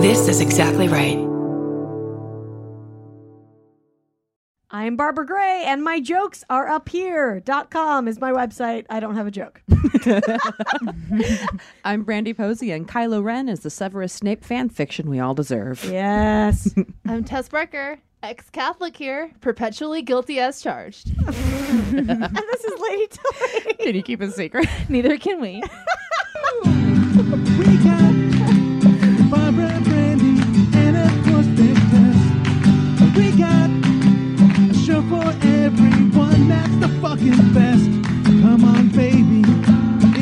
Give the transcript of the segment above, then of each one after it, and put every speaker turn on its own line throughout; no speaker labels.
This is exactly right.
I'm Barbara Gray, and my jokes are up here. Dot com is my website. I don't have a joke.
I'm Brandy Posey, and Kylo Ren is the Severus Snape fan fiction we all deserve.
Yes.
I'm Tess Brecker, ex Catholic here, perpetually guilty as charged.
and this is Lady Tilly.
Can you keep a secret?
Neither can we.
We got Barbara Brandy and of course Big Tess. We got a show for everyone that's the fucking best. Come on, baby.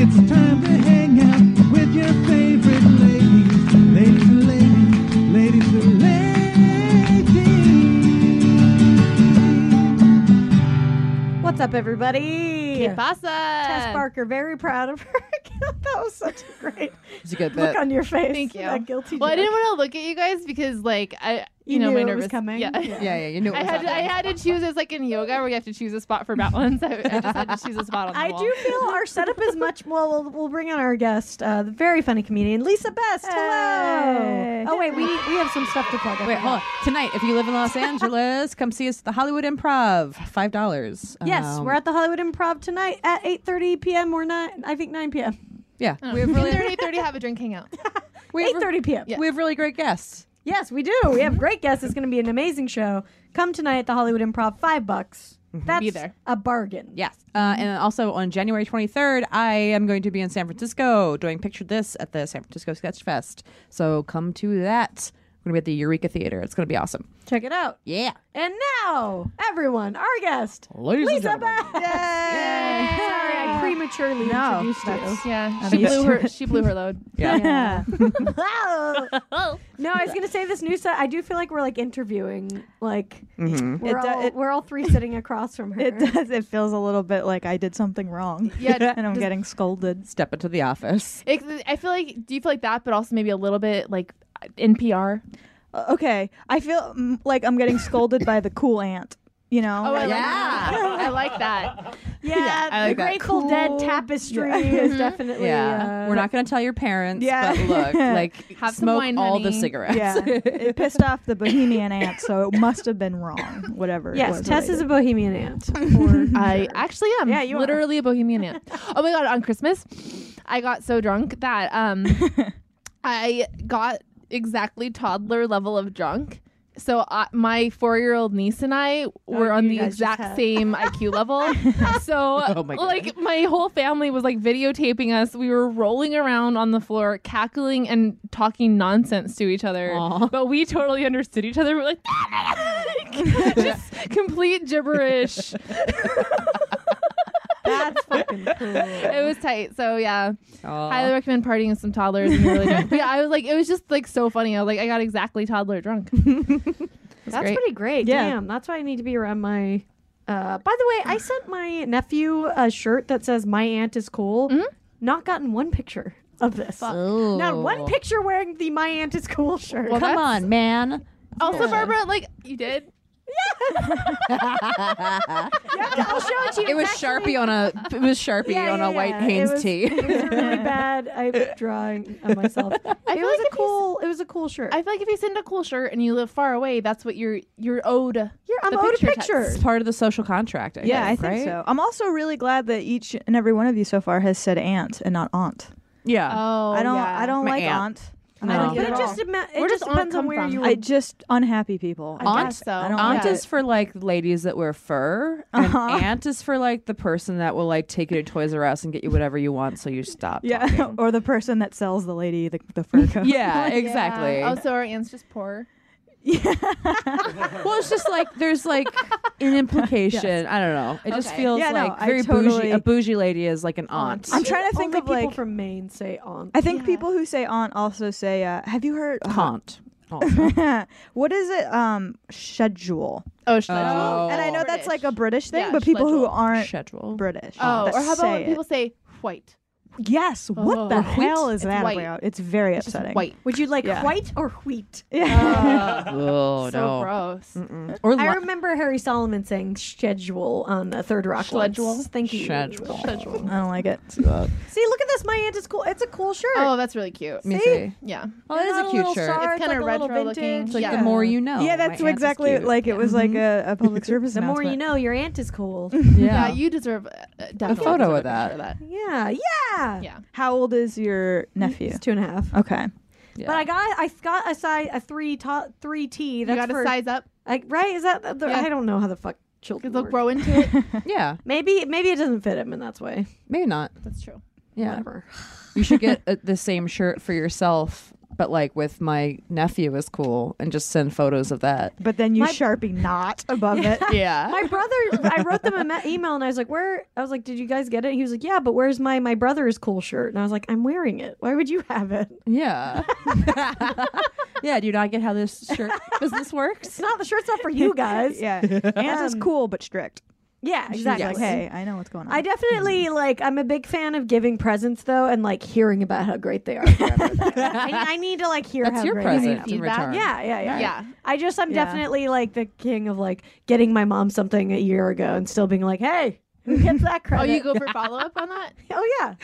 It's time to hang out with your favorite ladies. Ladies and ladies, ladies and ladies.
What's up, everybody?
Que pasa?
Tess Barker, very proud of her. that was such a great
It's a good
look
bit.
on your face.
Thank you.
That guilty
well, I
joke.
didn't want to look at you guys because, like, I, you,
You
know,
knew
my
it was
nervous
coming?
Yeah.
Yeah.
yeah, yeah, you knew it
I
was
had to, I had to choose. It's like in yoga where you have to choose a spot for balance. I, I just had to choose a spot on the
I
wall.
do feel our setup is much more. We'll, we'll bring on our guest, uh, the very funny comedian Lisa Best. Hello.
Hey.
Oh wait, we we have some stuff to plug. I
Wait,
forgot.
hold on. Tonight, if you live in Los Angeles, come see us at the Hollywood Improv. Five dollars. Um,
Yes, we're at the Hollywood Improv tonight at 8:30 p.m. or 9, I think 9 p.m.
yeah. We
We're
have really,
30, 30, have a drink, hang out.
we have,
8:30 p.m.
we have really great guests.
Yes, we do. We have great guests. It's going to be an amazing show. Come tonight at the Hollywood Improv. Five bucks. That's
Be there.
a bargain.
Yes. Uh, and also on January 23rd, I am going to be in San Francisco doing Picture This at the San Francisco Sketch Fest. So come to that. We're going to be at the Eureka Theater. It's going to be awesome.
Check it out.
Yeah.
And now, everyone, our guest,
Oh.
Ladies
Lisa Best. Sorry, I prematurely introduced you.
Yeah, she blew her. She blew her load.
Yeah. no, I was gonna say this new set. I do feel like we're like interviewing, like we're,
It do-
all,
it-
we're all three sitting across from her.
It does. It feels a little bit like I did something wrong.
Yeah.
and I'm getting scolded.
Step into the office.
It, I feel like. Do you feel like that? But also maybe a little bit like NPR.
Uh, Okay, I feel mm, like I'm getting scolded by the cool aunt. You know?
Oh,
I like
Yeah.
that. I like that.
Yeah,
I
the
like that.
Grateful Dead
Cool.
tapestry is definitely.
Yeah.
uh,
We're not going to tell your parents,
Yeah.
but look, like,
Have some
smoke
wine,
all the
honey.
cigarettes.
yeah, it pissed off the bohemian aunt, so it must have been wrong. Whatever. it
Yes,
was
Tess
that I
is
did.
a bohemian aunt.
I actually am.
Mm-hmm. Yeah, you are.
literally a bohemian aunt. Oh my god! On Christmas, I got so drunk that um, I got exactly toddler level of drunk. So uh, my four-year-old niece and I were on
Oh, you
the
guys just
exact
had-
same IQ level. So
Oh my God.
like my whole family was like videotaping us. We were rolling around on the floor, cackling and talking nonsense to each other.
Aw.
But we totally understood each other. We're like, just complete gibberish.
That's fucking cool.
it was tight. So yeah,
Aw.
highly recommend partying with some toddlers. And you're really drunk. But yeah, I was like, it was just like so funny. I was like, I got exactly toddler drunk.
That's
great.
pretty great.
Yeah.
Damn, that's why I need to be around my. Uh, by the way, I sent my nephew a shirt that says "My aunt is cool." Not gotten one picture of this. Not one picture wearing the "My aunt is cool" shirt.
Well,
Come
that's-
on, man.
Also, Barbara, like you did.
I'll show it to you.
It was
It's actually-
Sharpie on a it was Sharpie
Yeah,
on
yeah,
a white
yeah.
Hanes
it was,
tee.
It was a really bad I, drawing of myself. it
feel
was
like
a
if you s-
cool. It was a cool shirt.
I feel like if you send a cool shirt and you live far away, that's what you're you're owed.
You're, I'm
the
owed a
picture
picture.
It's part of the social contract. I
Yeah, I
think,
think
right?
so. I'm also really glad that each and every one of you so far has said aunt and not aunt.
Yeah.
Oh,
I don't.
yeah.
I don't
My
like
aunt.
aunt.
No. But
I don't
But
like
it
it at all.
just, ama- it
Where
just
does aunt
depends on
come
where
from?
you.
I just unhappy people.
I
Aunt,
guess
so.
I don't
aunt
like
is for like ladies that wear fur, and aunt is for like the person that will like take you to Toys R Us and get you whatever you want, so you stop.
Yeah,
talking.
or the person that sells the lady the, the fur coat.
yeah, exactly.
Yeah. Oh, so our aunt's just poor.
well, it's just like there's like an implication. I don't know. It just
Okay.
feels
Yeah, no,
like
I
very bougie.
totally-
A bougie lady is like an aunt.
I'm trying to think
Only
of
people
like.
from Maine say aunt.
I think people who say aunt also say. Uh, have you heard uh,
Aunt. Aunt.
what is it? Um, schedule.
Oh, schedule.
Oh.
And I know that's like a British thing,
Yeah,
but people who
schedule.
aren't
Schedule.
British.
Oh,
that
or how about
say
when people say white?
Yes. What
Oh.
the
Or wheat?
hell is
It's
that
white.
about? It's very
It's just
upsetting.
white. Uh,
Would you like
Yeah.
white or wheat?
Yeah.
Oh
so gross.
Or
I
li-
remember Harry Solomon saying schedule on a Third Rock. once.
Schedule?
Thank you.
Schedule.
Oh.
I don't like it.
See, look at this. My aunt is cool. It's a cool shirt.
Oh, that's really cute.
Let me
See?
see.
Yeah.
Oh, that is
Not
a cute
little
shirt.
star,
It's
like a
kinda
little
retro looking.
vintage.
It's
It's like
yeah.
the more you
Oh,
know.
yeah, that's
My aunt's is
exactly
cute.
like it was like a,
Mm-hmm.
a public service
The more you
announcement.
know, your aunt is cool.
Yeah,
Yeah.
you deserve uh, definitely
photo of
deserve a picture
that.
yeah, yeah.
Yeah.
How old is your nephew?
It's two and a half.
Okay.
Yeah.
But I got I got a size a three to, three T.
You
That's
got to
for,
size up
Like right? Is that the, the-
Yeah.
I don't know how the fuck
because
children.
they'll
work.
grow into it.
yeah,
Maybe maybe it doesn't fit him in that's way.
maybe not.
That's true.
Yeah,
Whatever.
you should get uh the same shirt for yourself, but like with my nephew is cool, and just send photos of that.
But then you
My-
sharpie knot above it.
Yeah,
My brother, I wrote them an email and I was like, "Where?" I was like, "Did you guys get it?" He was like, "Yeah, but where's my my brother's cool shirt?" And I was like, "I'm wearing it. Why would you have it?
yeah, yeah. Do you not get how this shirt business works?
It's not the shirt's not for you guys."
yeah. Um, Aunt is cool but strict.
yeah,
She's
exactly.
like, hey, I know what's going on.
I definitely like. I'm a big fan of giving presents though, and like hearing about how great they are. Forever. I, I need to like hear
That's
how
your
great
present
I am.
in
Feedback?
return.
Yeah, yeah, yeah,
Yeah.
I just I'm
Yeah.
definitely like the king of like getting my mom something a year ago and still being like, hey, who gets that
Oh,
credit?
you go for follow up on that?
Oh, yeah.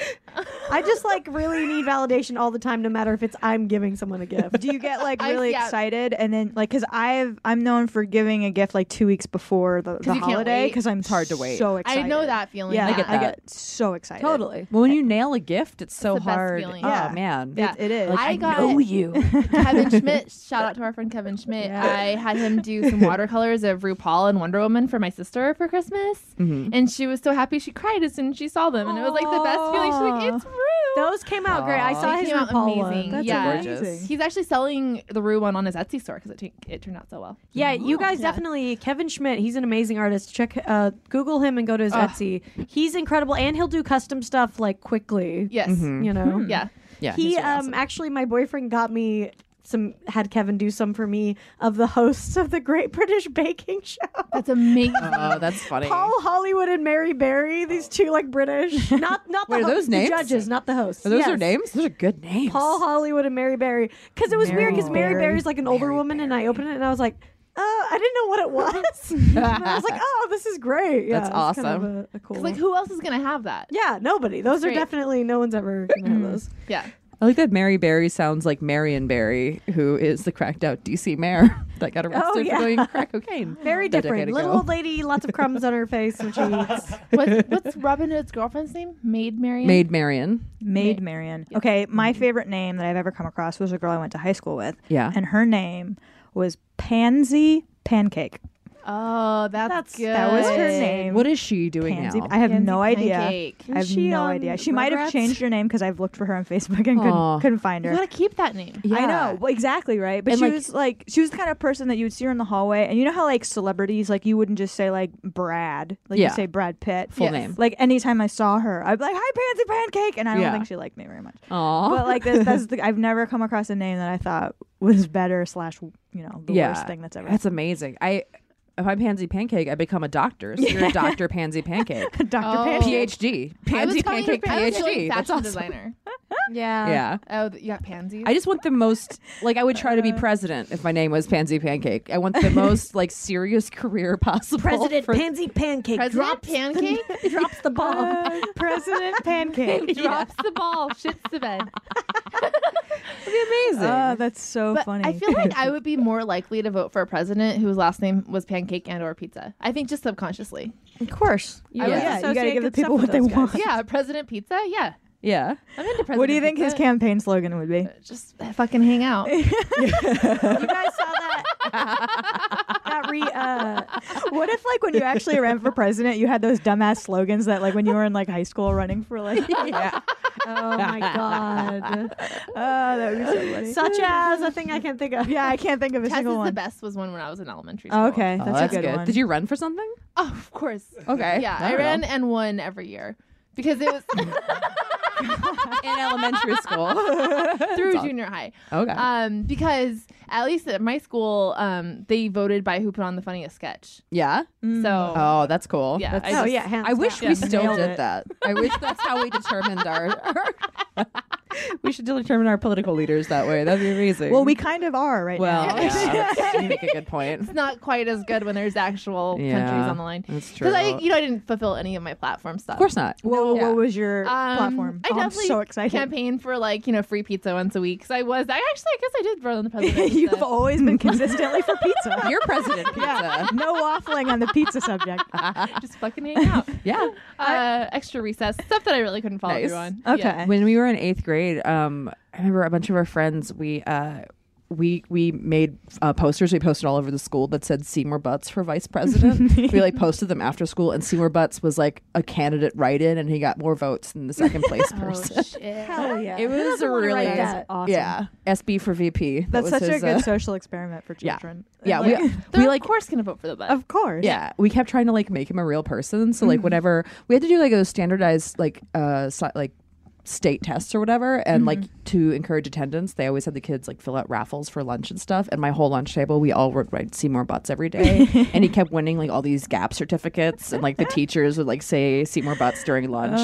I just like really need validation all the time, no matter if it's I'm giving someone a gift.
do you get like
I-
really
yeah.
excited and then like because I've I'm known for giving a gift like two weeks before the, the
you can't
holiday
wait.
because I'm hard to wait. So
I know that feeling.
Yeah,
I get
I
that.
get so excited.
Well, when you nail a gift, it's so
the best
hard.
feeling.
Yeah.
Oh man.
Yeah.
It, it is.
I, got
you.
Kevin Schmidt. Shout out to our friend Kevin Schmidt. I had him do some watercolors of RuPaul and Wonder Woman for my sister for Christmas,
Mm-hmm.
and she was so happy she cried as soon as she saw them, and it was like the best feeling. She's like, "It's Ru."
Those came out great. I
Aw.
saw
They
his
came out
RuPaul
amazing.
one.
That's
Yeah.
amazing.
He's actually selling the Rue one on his Etsy store because it, t- it turned out so well.
Yeah, you guys definitely Kevin Schmidt. He's an amazing artist. Check, uh, Google him and go to his Etsy. He's incredible, and he'll do custom stuff like quickly.
Yes.
Mm-hmm.
you know.
Hmm. Yeah.
Yeah.
he
he's
um actually my boyfriend got me some had Kevin do some for me of the hosts of the Great British Baking Show.
That's amazing.
Oh, that's funny.
Paul Hollywood and Mary Berry, these two like British, not not the,
Wait, are
hosts,
those
the
names?
judges, not the hosts.
Are those
yes.
their names? Those are good names.
Paul Hollywood and Mary Berry, because it was weird because Mary
Berry.
Berry's like an older woman, and I opened it and I was like, oh, I didn't know what it was. and I was like, oh, this is great. Yeah,
That's
it was kind of
awesome.
a- a cool.
'Cause, like, who else is gonna have that?
yeah, nobody. Those are
great.
definitely no one's ever gonna have those.
Yeah.
I like that Mary Berry sounds like Marion Berry, who is the cracked out DC mayor that got arrested
yeah.
for doing crack cocaine.
Very
a decade
different. Little
ago.
old lady, lots of crumbs on her face when she eats.
What's, what's Robin Hood's girlfriend's name? Maid Marian.
Maid Marion.
Maid Marian. Okay, my favorite name that I've ever come across was a girl I went to high school with.
Yeah.
And her name was Pansy Pancake.
Oh,
That's-
that's, good.
That was her name.
What is she doing
Pansy.
now?
I have
Pansy
no idea.
Pancake. um,
I have
she
no
on
idea. She might have
Rugrats?
changed her name because I've looked for her on Facebook and
Aw.
couldn't, couldn't find
You
her.
gotta keep that name.
I know well, exactly right, but
And,
she
like-
was like she was the kind of person that you would see her in the hallway, and you know how like celebrities like you wouldn't just say like Brad, like
Yeah.
you say Brad Pitt
Full
Yes.
name.
Like anytime I saw her, I'd be like, "Hi, Pansy Pancake," and I don't
Yeah. Oh.
think she liked me very much.
Aw.
But like this, that's the, I've never come across a name that I thought was better slash you know the
yeah.
worst thing that's ever.
That's amazing. I if I'm Pansy Pancake, I become a doctor. So you're a doctor Pansy Pancake.
Doctor
Oh.
Pancake.
PhD.
I was
Pansy
calling
Pancake
her- I was calling
PhD.
fashion
That's awesome.
designer.
Yeah.
Yeah.
Oh, th- you got pansies.
I just want the most like I would try to be president if my name was Pansy Pancake. I want the most like serious career possible.
President
for-
Pansy Pancake
President
drops
Pancake
the, drops the bomb.
Oh.
President Pancake.
drops the ball, shits the bed.
Amazing.
Oh, that's so
But
funny.
I feel like I would be more likely to vote for a president whose last name was pancake and or pizza. I think just subconsciously.
Of course.
I would
yeah, you gotta
associate
give the
good stuff
people
with
what they
those guys.
want.
Yeah, president pizza. Yeah,
yeah.
I'm into president.
what do you think his
Pizza.
campaign slogan would be?
Just fucking hang out.
You guys saw that? that re, uh,
What if like when you actually ran for president, you had those dumbass slogans that like when you were in like high school running for like yeah.
oh my god!
Oh, that would be so funny.
Such as a thing I can't think of.
yeah, I can't think of a
Tess is
single
the
one.
best was one when I was in elementary school.
Oh, okay, that's,
oh, that's
a good, one.
Did you run for something?
Oh, of course.
Okay.
Yeah,
Eh, don't
I
know.
ran and won every year. because it was
in elementary school.
through junior high.
okay.
Um, because at least at my school, um, they voted by who put on the funniest sketch.
yeah.
Mm.
So
Oh, that's cool.
yeah,
That's-
I
oh
just-
yeah, hands
I wish
down.
we still
Nailed
did
it.
that. I wish that's how we determined our. we should determine our political leaders that way. That'd be amazing.
Well, we kind of are right
Well,
now.
yeah, that's- you make a good point.
it's not quite as good when there's actual countries
Yeah,
on the line.
That's true.
Because I, you know, I didn't fulfill any of my platform stuff.
of course not.
Well,
Yeah.
What was your
Um,
platform?
I
Oh, I'm
definitely
so excited.
campaigned for like you know free pizza once a week. So I was. I actually, I guess I did run on the president.
You've
so-
always been consistently for pizza.
Your president pizza. Yeah.
no waffling on the pizza subject.
just fucking hang out.
yeah.
Uh, extra recess stuff that I really couldn't follow
Nice.
through on.
Okay.
Yeah.
When we were in eighth grade, um, I remember a bunch of our friends. We uh, we we made uh, posters. We posted all over the school that said Seymour Butts for vice president. we like posted them after school, and Seymour Butts was like a candidate write-in, and he got more votes than the second place person.
Oh shit.
Hell yeah.
It was a
wanna
really
write that.
awesome.
yeah SB for VP. That
That's
was
such a
his,
good
uh,
social experiment for
yeah.
children.
yeah,
Like,
we,
They're
we
of
like
course gonna vote for the best.
of course.
yeah we kept trying to like make him a real person so like whenever we had to do like those standardized like uh si- like state tests or whatever and
Mm-hmm.
like to encourage attendance they always had the kids like fill out raffles for lunch and stuff and my whole lunch table we all would write seymour butts every day and he kept winning like all these gap certificates and like the teachers would like say seymour butts
Oh,
during lunch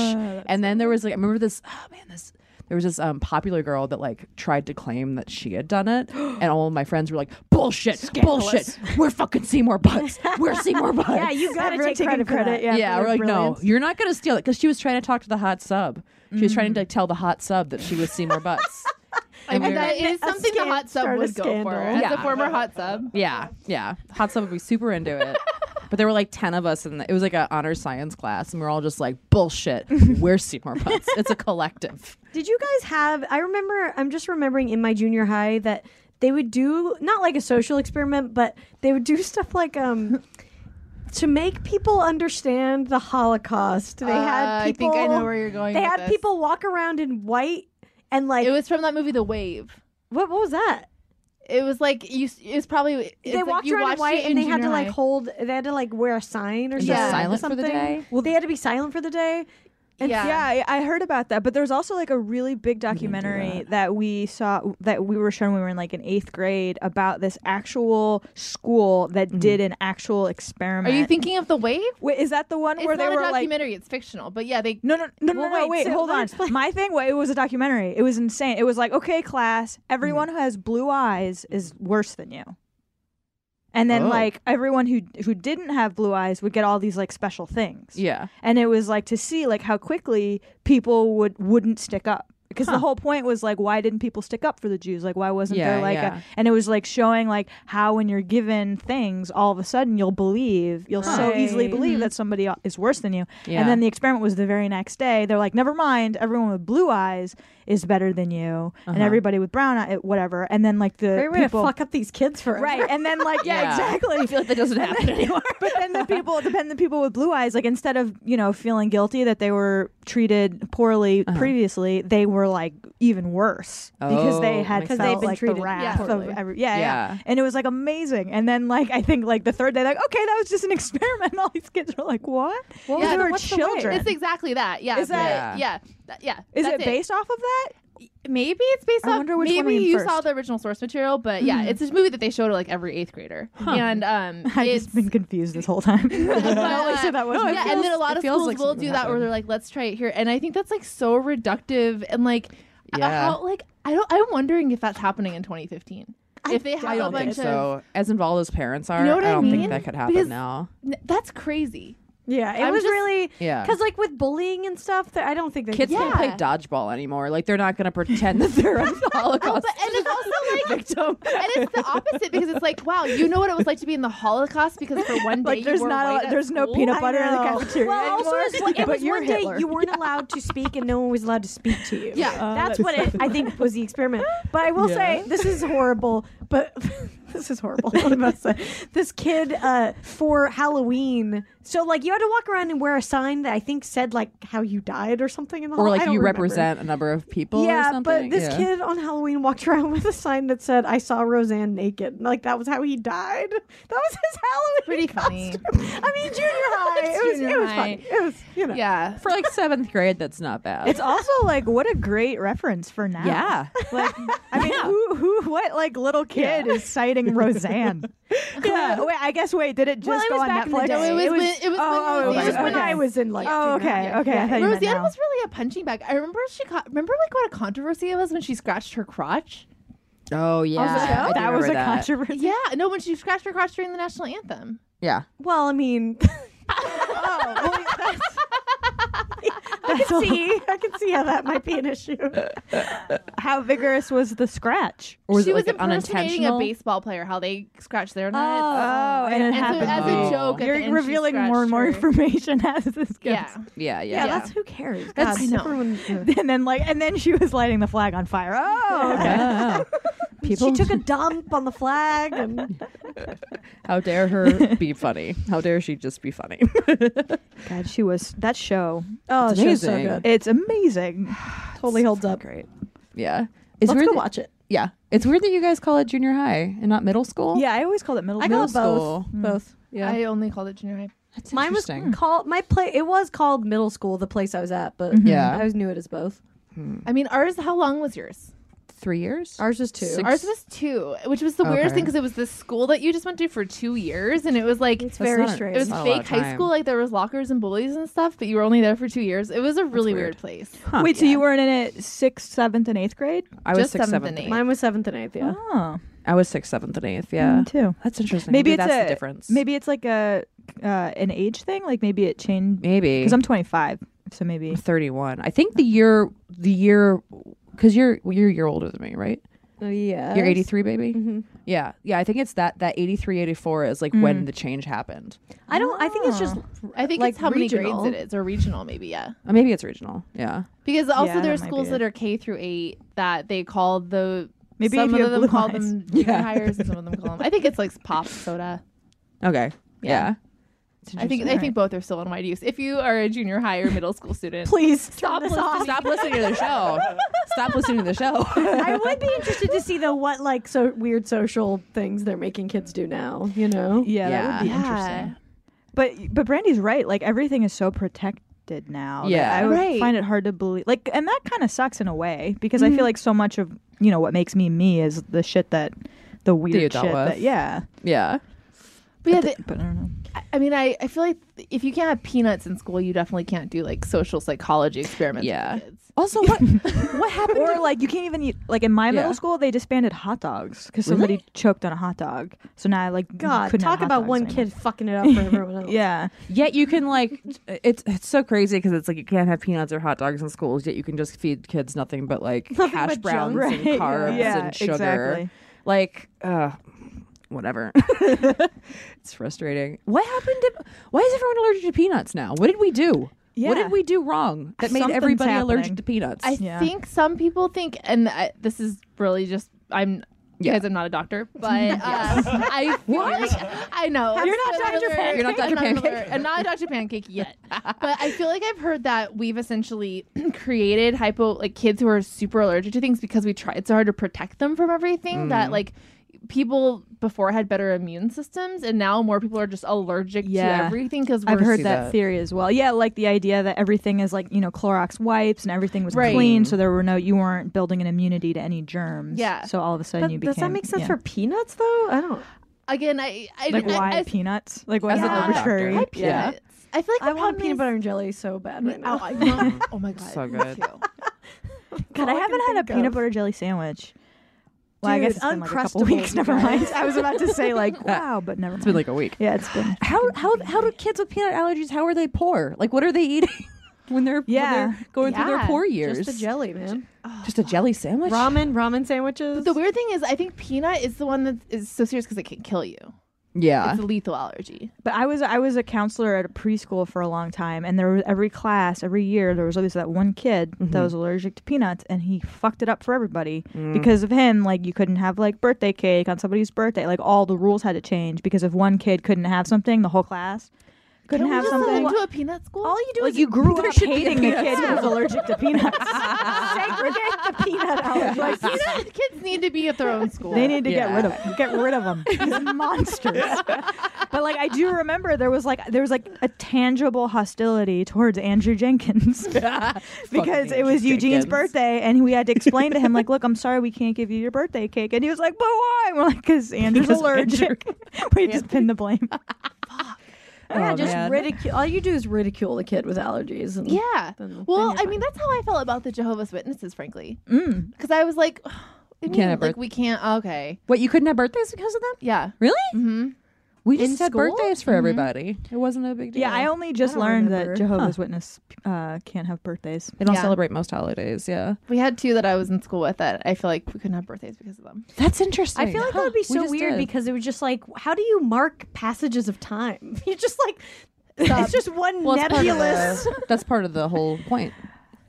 and then there was like i remember this oh man this there was this um, popular girl that like tried to claim that she had done it, and all of my friends were like, "Bullshit, bullshit. We're fucking Seymour Butts. We're Seymour Butts."
Yeah, you gotta
Everyone
take
taking
credit, for that.
Yeah,
yeah,
for
we're
their
like,
brilliance.
no, you're not gonna steal it because she was trying to talk to the hot sub. She was trying to like, tell the hot sub that she was Seymour Butts. And we
and
were-
that is
a
something the
scan-
hot sub
start a
would go
scandal.
for. As a
Yeah.
former hot sub,
yeah, yeah, hot sub would be super into it. But there were like ten of us, and it was like an honor science class, and we are all just like, "Bullshit, we're Seymour Butts." It's a collective.
Did you guys have? I remember. I'm just remembering in my junior high that they would do not like a social experiment, but they would do stuff like um. To make people understand the Holocaust, they
Uh,
had people.
I think I know where you're going.
They
with
had
this.
people walk around in white and like
It was from that movie, The Wave.
what? What was that?
It was like you. s- It's probably it's
they
like
walked
you
around in
watched
white
it
and
in
they had to
junior
like
high.
hold. They had to like wear a sign or
And
just
something.
silent for the
something.
day?
Well, they had to be silent for the day.
yeah.
Yeah, I I heard about that. But there's also like a really big documentary that. we saw that we were shown when we were in like an eighth grade about this actual school that did an actual
Are
experiment.
you thinking of The Wave?
Wait, is that the one
It's
where
not
they
a
were like?
documentary. it's fictional, but yeah, they
No, no, no, no,
Well,
no, no,
wait,
wait,
so
hold
let me
on.
explain.
My thing, wa- it was a documentary. It was insane. It was like, okay, class, everyone who has blue eyes is worse than you. And then
Oh.
like everyone who who didn't have blue eyes would get all these like special things.
Yeah,
and it was like to see like how quickly people would wouldn't stick up because the whole point was like why didn't people stick up for the jews like why wasn't
Yeah,
there like
yeah.
a and it was like showing like how when you're given things all of a sudden you'll believe you'll so
Right.
easily believe that somebody el- is worse than you
Mm-hmm. Yeah.
and then the experiment was the very next day they're like never mind everyone with blue eyes is better than you and
Uh-huh.
everybody with brown eye whatever and then like the
Great way
people
to fuck up these kids for
right and then like yeah,
Yeah.
exactly
I feel like that doesn't happen anymore.
but then the people, then the people with blue eyes, like instead of you know feeling guilty that they were treated poorly previously, they were like even worse because they
Oh,
had
makes
felt
Because they've been
like
treated
the
yeah,
wrath of
poorly.
every, yeah, yeah,
Yeah.
and it was like amazing. And then like I think like the third day, like okay, that was just an experiment. All these kids were like, what? Well,
Yeah,
they
but
were
what's the wave?
children.
It's exactly that. Yeah.
Is
but-
that-
yeah. that- yeah.
Is it
that's
based off of that?
Maybe it's based
I
off.
wonder which one
maybe
we
you
first.
saw the original source material, but yeah, it's this movie that they show to like every eighth grader, and um,
I've
it's
just been confused this whole time.
But, uh,
no, so that wasn't.
yeah, and then a lot
it
of
feels
schools
like
will
something
do that
that
where
happened.
they're like, let's try it here. And I think that's like so reductive and like uh,
Yeah.
how like I don't I'm wondering if that's happening in 2015. if they have
I
a
don't
bunch
think
of
so. As involved as parents are,
know what I
I don't
mean?
think that could happen
Because-
now.
N- that's crazy.
Yeah, it
I'm
was
just-
really
Yeah.
because like with bullying and stuff, that I don't think they
Kids
could
don't
do
play
Yeah.
dodgeball anymore. Like they're not going to pretend that they're a Holocaust
But and it's also like
victim.
and it's the opposite because it's like, wow, you know what it was like to be in the Holocaust because for one day
Like
you
there's
were
not
white
a,
at
there's no
school?
peanut
I
butter in the
know.
cafeteria
Well, also,
anymore,
it was, like, it
but
was
you're
one day
Hitler.
you weren't allowed to speak and no one was allowed to speak to you. Uh,
Yeah.
that's what it, I think was the experiment. But I will say this is horrible. But this is horrible. I'm about to say. This kid uh, for Halloween. So like you had to walk around and wear a sign that I think said like how you died or something in the
or
hall-
like
I
you
don't remember.
represent a number of people or
Yeah,
something.
but this
Yeah.
kid on Halloween walked around with a sign that said "I saw Roseanne naked." And, Like that was how he died. That was his Halloween.
Pretty funny.
costume. I mean, junior high. it was.
Junior
it was
high.
funny. It was. You know.
Yeah.
for like seventh grade, that's not bad.
It's also like what a great reference for now.
yeah.
Like I mean, who who what like little kid is citing Roseanne? yeah. Wait, I guess wait, did it just
Well, it
go
was
on
back in the
Netflix?
day.
No, it was when- it was
oh,
when
oh,
we
It was
Okay.
when I was in like.
Oh,
junior
okay,
high.
okay. I
Yeah.
thought you meant
Roseanne
now.
was really a punching bag. I remember she caught, remember like what a controversy it was when she scratched her crotch.
Oh yeah. I do
that was a
remember that.
controversy.
Yeah, no, when she scratched her crotch during the national anthem.
Yeah.
Well, I mean,
Oh, well, that's-
I can see, I can see how that might be an issue.
how vigorous was the scratch?
Or was
she
it
was
like an
impersonating
unintentional?
a baseball player, how they scratch their nuts.
Oh, and it
and so
happened.
to
as a
be-
joke, at Oh, the
You're
end, she
revealing more and more
scratched her.
information as this goes.
Yeah,
Oh. yeah,
Yeah,
yeah,
Yeah.
that's who cares. God,
That's- I know.
everyone-
And then like, and then she was lighting the flag on fire. Oh, okay.
Yeah. People,
She took a dump on the flag, and
how dare her be funny? How dare she just be funny?
God, she was that show.
oh,
It's
she was so
amazing.
good.
It's amazing.
Totally holds up.
Great. Yeah. It's
Let's
weird
go
that-
watch it.
Yeah. It's weird that you guys call it junior high and not middle school.
Yeah, I always called it middle.
I call
middle
it both.
school.
Both.
Yeah.
I only called it junior high.
That's
Mine was hmm.
interesting.
called my play. It was called middle school, the place I was at, but
Mm-hmm.
Yeah.
I always knew it as both.
I mean, ours. How long was yours?
three years.
Ours was two.
Six-
Ours was two, which was the weirdest
Okay.
thing because it was this school that you just went to for two years, and it was like
it's
it
That's
very
not-
strange.
was
not a lot
fake
of
high
time.
school. Like there was lockers and bullies and stuff, but you were only there for two years. It was a really
weird.
weird. place.
Huh.
Wait, so you weren't in it sixth, seventh, and eighth grade?
I was
just
sixth,
seventh
seventh,
and
and eighth.
eighth.
Mine was seventh and eighth. Yeah.
Oh,
I was sixth, seventh, and eighth. Yeah.
me too.
That's interesting.
Maybe
Maybe,
it's
that's
a-
the difference.
Maybe it's like a uh, an age thing. Like maybe it changed
maybe
because I'm 25, so maybe.
I'm 31. I think the year the year because you're you're a year older than me, right?
Oh, yeah.
You're 83, baby. Yeah, yeah. I think it's that that 83, 84 is like when the change happened.
I don't. I think it's just.
I think
like
it's how
regional.
many grades it is, or regional maybe. Yeah,
Uh, Maybe it's regional. Yeah.
because also
Yeah,
there are
that might
schools
be
that
it.
are K through eight that they call the
Maybe
some
if you
of them
have blue
call
eyes.
them junior
Yeah.
hires, and some of them call them. I think it's like pop soda.
Okay. Yeah.
I think I think both are still in wide use. If you are a junior high or middle school student,
Please
stop
stop this
listening.
off.
Stop listening to the show. Stop listening to the show.
I would be interested to see though what like so weird social things they're making kids do now. You know.
Yeah, that would be
Yeah.
interesting. But but Brandy's right. Like everything is so protected now. that
Yeah.
I would
Right.
find it hard to believe. Like, and that kind of sucks in a way because
Mm-hmm.
I feel like so much of you know what makes me me is the shit that the
you
weird
dealt
shit. That,
with.
yeah,
yeah.
But yeah, they,
but I don't know.
I- I mean, I, I feel like if you can't have peanuts in school, you definitely can't do like social psychology experiments.
Yeah.
With kids.
Also, what what happened?
Or like you can't even eat. Like in my
Yeah.
middle school, they disbanded hot dogs because somebody choked on a hot dog. So now I like
God,
couldn't have
talk
hot
about
dogs
one
anymore.
kid fucking it up for everyone else.
Yeah,
Yet you can like, it's it's so crazy because it's like you can't have peanuts or hot dogs in schools. Yet you can just feed kids nothing but like hash
but
browns
junk.
and carbs
Yeah,
and sugar.
exactly.
Like, uh, whatever. it's frustrating. What happened? To, why is everyone allergic to peanuts now? What did we do? What
Yeah.
did we do wrong that made
Something's
everybody
happening.
allergic to peanuts?
I
Yeah.
think some people think, and I, this is really just I'm.
Yeah.
Because I'm not a doctor, but uh, I feel like I know
You're not Dr. Pancake.
You're not Dr.
I'm
Pancake.
another- I'm not a Dr. Pancake yet, but I feel like I've heard that we've essentially created hypo like kids who are super allergic to things because we tried so hard to protect them from everything that like people before had better immune systems and now more people are just allergic
Yeah.
to everything because
I've heard
see
that,
that.
theory as well. Yeah, like the idea that everything is like you know Clorox wipes and everything was
Right.
clean, so there were no you weren't building an immunity to any germs.
Yeah.
so all of a sudden
But
you became.
does that make sense
yeah.
for peanuts though? I don't.
again I, I
like
I,
why
I,
peanuts? Like why
As
is it
a doctor.
arbitrary?
why
Yeah.
peanuts? I feel like
I want
the problem
peanut
is-
butter and jelly so bad right
Oh,
now.
I want- oh my god,
So
me
good.
too.
God, I
all I
haven't
can
had a
think
peanut
of.
butter jelly sandwich. Well, I
Dude,
guess it's been like a couple
Uncrustables,
weeks. Never
guys.
mind. I was about to say like wow, but never mind.
it's been like a week.
yeah, it's been
How how how do kids with peanut allergies? How are they poor? Like, what are they eating when they're
Yeah.
when they're going through their
Yeah.
poor years?
Just the jelly, man.
Just a jelly sandwich.
Ramen, ramen sandwiches.
But the weird thing is, I think peanut is the one that is so serious because it can kill you.
Yeah.
It's a lethal allergy.
But I was I was a counselor at a preschool for a long time, and there was every class, every year, there was always that one kid that was allergic to peanuts, and he fucked it up for everybody because of him. Like you couldn't have like birthday cake on somebody's birthday. Like all the rules had to change because if one kid couldn't have something, the whole class couldn't have something.
to a peanut school?
All you do
like
is
you grew
there
up
should be a
hating the
peanut
kid who was
allergy.
allergic to peanuts.
Segregate the peanut allergy.
Like, peanut kids need to be at their own school.
They need to
Yeah.
get rid of them. Get rid of them. These monsters. but like I do remember there was like there was like a tangible hostility towards Andrew Jenkins because it
Andrew
was Eugene's
Jenkins.
birthday and we had to explain to him like, "Look, I'm sorry we can't give you your birthday cake." And he was like, "But why?" And we're like, "Cuz Andrew's
Because
allergic." we just pin the blame.
yeah,
Oh,
just
man.
ridicule. All you do is ridicule the kid with allergies. And
Yeah.
Then-
well,
then
I
you're fine.
mean, that's how I felt about the Jehovah's Witnesses, frankly,
Mm.
because I was like, "What do you
can't
mean,
have
like
birth-
we can't. Okay.
What you couldn't have birthdays because of them?
Yeah.
Really?
Mm-hmm.
We
In
just had
school?
birthdays for everybody. It wasn't a big deal.
Yeah, I only
I
just
don't
learned
remember.
that Jehovah's Witness uh, can't have birthdays.
they don't
Yeah.
celebrate most holidays. Yeah,
We had two that I was in school with that I feel like we couldn't have birthdays because of them.
that's interesting.
I feel like that would be
We
so
just
weird
did.
because it was just like, how do you mark passages of time? You just like, it's just one
Well, it's part of
nebulous.
the- that's part of the whole point.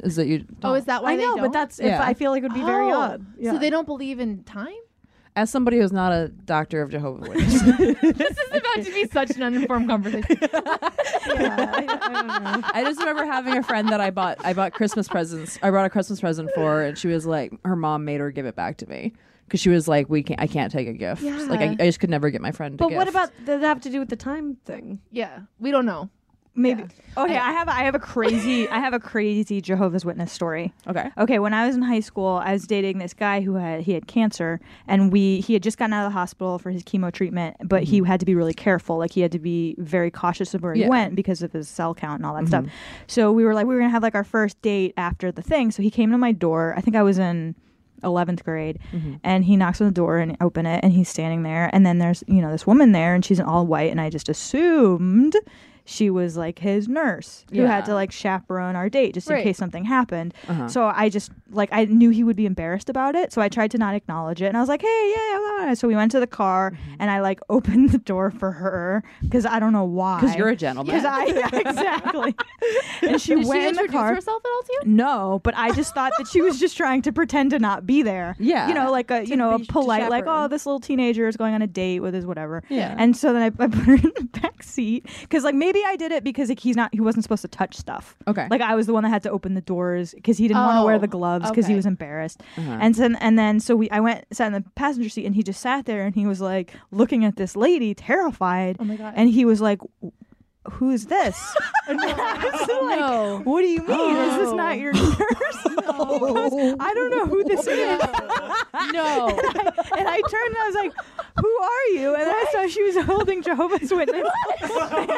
Is that you?
Oh,
don't-
is that why
I
they
know,
don't?
but that's if
Yeah.
I feel like it would be very
Oh,
odd. Yeah.
So they don't believe in time?
as somebody who's not a doctor of Jehovah's Witness,
this is about to be such an uninformed conversation.
Yeah, I, I don't know.
I just remember having a friend that I bought I bought Christmas presents. I brought a Christmas present for, her, and she was like, her mom made her give it back to me because she was like, we can't, I can't take a gift. She's Like I,
Yeah.
I just could never get my friend. A
But what
gift.
about does that have to do with the time thing?
yeah. We don't know.
Maybe. Okay, I have I have a crazy I have a crazy Jehovah's Witness story.
okay?
Okay, when I was in high school, I was dating this guy who had he had cancer, and we he had just gotten out of the hospital for his chemo treatment, but he had to be really careful, like he had to be very cautious of where
Mm-hmm.
he
Yeah. Mm-hmm.
went because of his cell count and all that stuff. So we were like, we were gonna have like our first date after the thing. So he came to my door. I think I was in. 11th grade
Mm-hmm.
and he knocks on the door and open it and he's standing there and then there's you know this woman there and she's in all white and i just assumed she was like his nurse who had
Yeah.
to like chaperone our date just
Right.
in case something happened
Uh-huh.
so I just like I knew he would be embarrassed about it, so I tried to not acknowledge it, and I was like, "Hey, yeah." Blah, blah. So we went to the car, and I like opened the door for her because I don't know why.
Because you're a gentleman.
'Cause I exactly. and she
Did she
went in the
introduce
car.
herself at all to you?
No, but I just thought that she was just trying to pretend to not be there.
Yeah.
you know, like a you know a
be- to
polite like,
chaperone.
"Oh, this little teenager is going on a date with his whatever."
Yeah.
And so then I, I put her in the back seat because like maybe I did it because like, he's not he wasn't supposed to touch stuff.
Okay.
Like I was the one that had to open the doors because he didn't want to wear
Oh,
the gloves because
okay.
he was embarrassed.
Uh-huh.
And then and then so we I went sat in the passenger seat and he just sat there and he was like looking at this lady terrified.
Oh my God.
And he was like, "Who's this?" and I was like,
No.
"What do you mean? Is this not your nurse?" He goes, I don't know who this is.
No.
And I turned and I was like, "Who are you?" And then I saw she was holding Jehovah's Witness,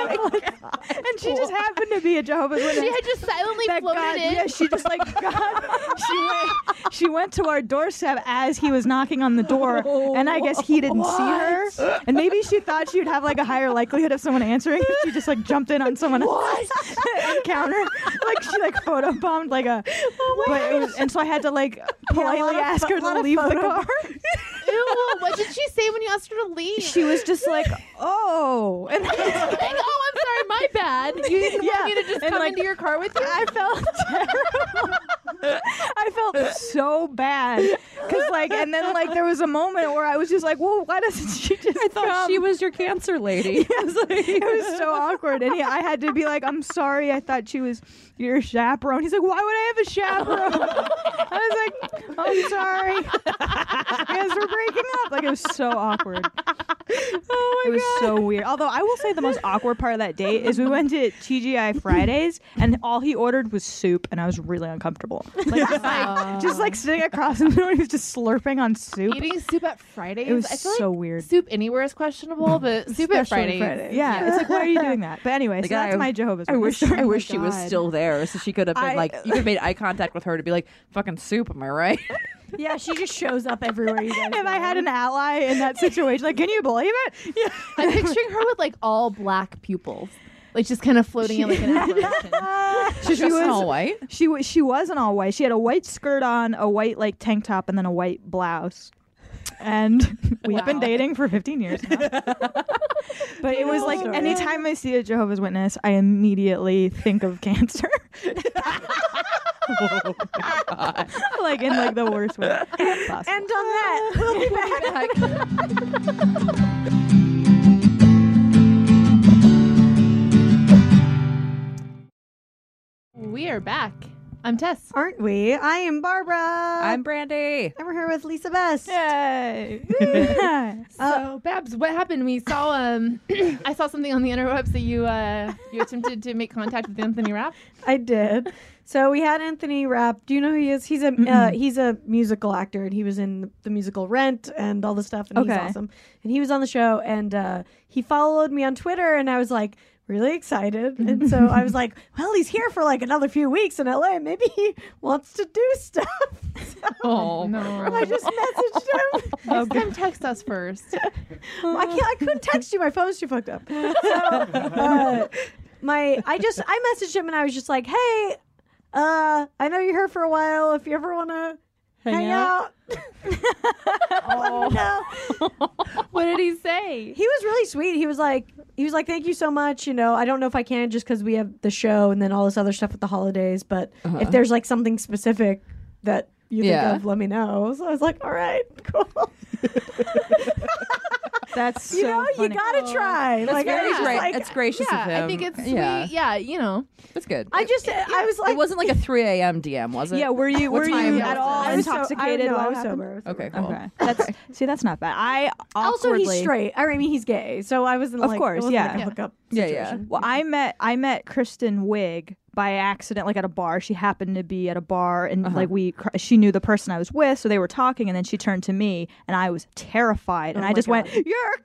and she just happened to be a Jehovah's Witness
Oh she had just silently
that
floated
God,
in.
yeah, she just like God, she went, she went to our doorstep as he was knocking on the door, and I guess he didn't see her, and maybe she thought she'd have like a higher likelihood of someone answering. She just like jumped in on someone else's encounter, like she like photobombed like a,
Oh
but it was, and so I had to like politely
of
ask
pho-
her
lot
to
of
leave the
photo-
car.
Ew, what did she say when you asked her to leave?
She was just like, oh, and
like, oh, I'm sorry, my bad. You didn't
Yeah,
want me to just
and,
come
like,
into your car with you?
I felt terrible. I felt so bad because, like, and then like there was a moment where I was just like, "Well, why doesn't she just?" I
thought
Um,
she was your cancer lady.
it was so awkward, and he, I had to be like, "I'm sorry, I thought she was your chaperone." He's like, "Why would I have a chaperone?" I was like, "I'm sorry, because we're breaking up." Like it was so awkward. Oh my it was so weird. Although I will say the most awkward part of that date is we went to TGI Fridays, and all he ordered was soup, and I was really uncomfortable. Like, just,
Oh.
like, just like sitting across from him, he was just slurping on soup.
Eating soup at Fridays?
It was
I feel
so
like
weird.
soup anywhere is questionable, but soup at
Especially
Fridays.
Fridays.
Yeah, it's like why are you doing that? But anyway, so
Like,
that's
I-
my Jehovah's.
I wish
Witness. Oh
I wish she was
God.
still there, so she could have been
I-
like you could have made eye contact with her to be like fucking soup. Am I right?
Yeah, she just shows up everywhere you guys.
if
go.
I had an ally in that situation, like, can you believe it?
I'm picturing her with like all black pupils. Like just kind of floating in like an apparition.
She's
she
just
was-
all white.
She was she was an all white. She had a white skirt on, a white like tank top, and then a white blouse. and we've been
Wow.
dating for 15 years. now. but it was like
Beautiful
anytime I see a Jehovah's Witness, I immediately think of cancer.
Oh
like in like the worst way possible.
And on that, we'll be back.
We are back. I'm Tess.
Aren't we? I am Barbara.
I'm Brandy.
and we're here with Lisa Best.
Yay.
So Babs, what happened? We saw um, I saw something on the interwebs that you uh, you attempted to make contact with Anthony Rapp.
I did. So we had Anthony Rapp. Do you know who he is? He's a uh, he's a musical actor, and he was in the musical Rent and all the stuff, and he's
Okay.
awesome. And he was on the show, and uh, he followed me on Twitter, and I was like really excited, and so I was like, well, he's here for like another few weeks in LA. Maybe he wants to do stuff. So
Oh,
I just messaged him.
Next time, text us first.
Well, I, can't, I couldn't text you. My phone's too fucked up. So, uh, my, I just, I messaged him and I was just like, hey, uh, I know you're here for a while. If you ever want to hang, out, let me know.
What did he say?
He was really sweet. He was like, he was like, thank you so much. You know, I don't know if I can just because we have the show and then all this other stuff with the holidays. But if there's like something specific that you think
Yeah.
of, let me know. So I was like, all right, cool.
That's
you
so
know,
funny.
you gotta try. like, I
very
was just
great.
like,
it's gracious
yeah,
of him.
I think it's
yeah,
sweet. Yeah, you know.
it's good.
I just, I was like,
it wasn't like a 3 a.m. DM, was it?
Yeah, were you
What
were
time
you
was
at all
it?
I was so- I-
intoxicated?
no,
while
I
it
was
happened?
sober. I was
Okay,
sober.
cool.
Okay. That's see, that's not bad. I
Also,
awkwardly-
he's straight. I mean, he's gay, so I wasn't
Of
like,
course,
it wasn't
yeah.
like a
Yeah.
hookup
Yeah, yeah.
situation.
Well, I met I met Kristen Wiig by accident, like at a bar. She happened to be at a bar, and
Uh-huh.
like we, she knew the person I was with, so they were talking, and then she turned to me, and I was terrified, and
Oh
I
my
just went,
God.
"You're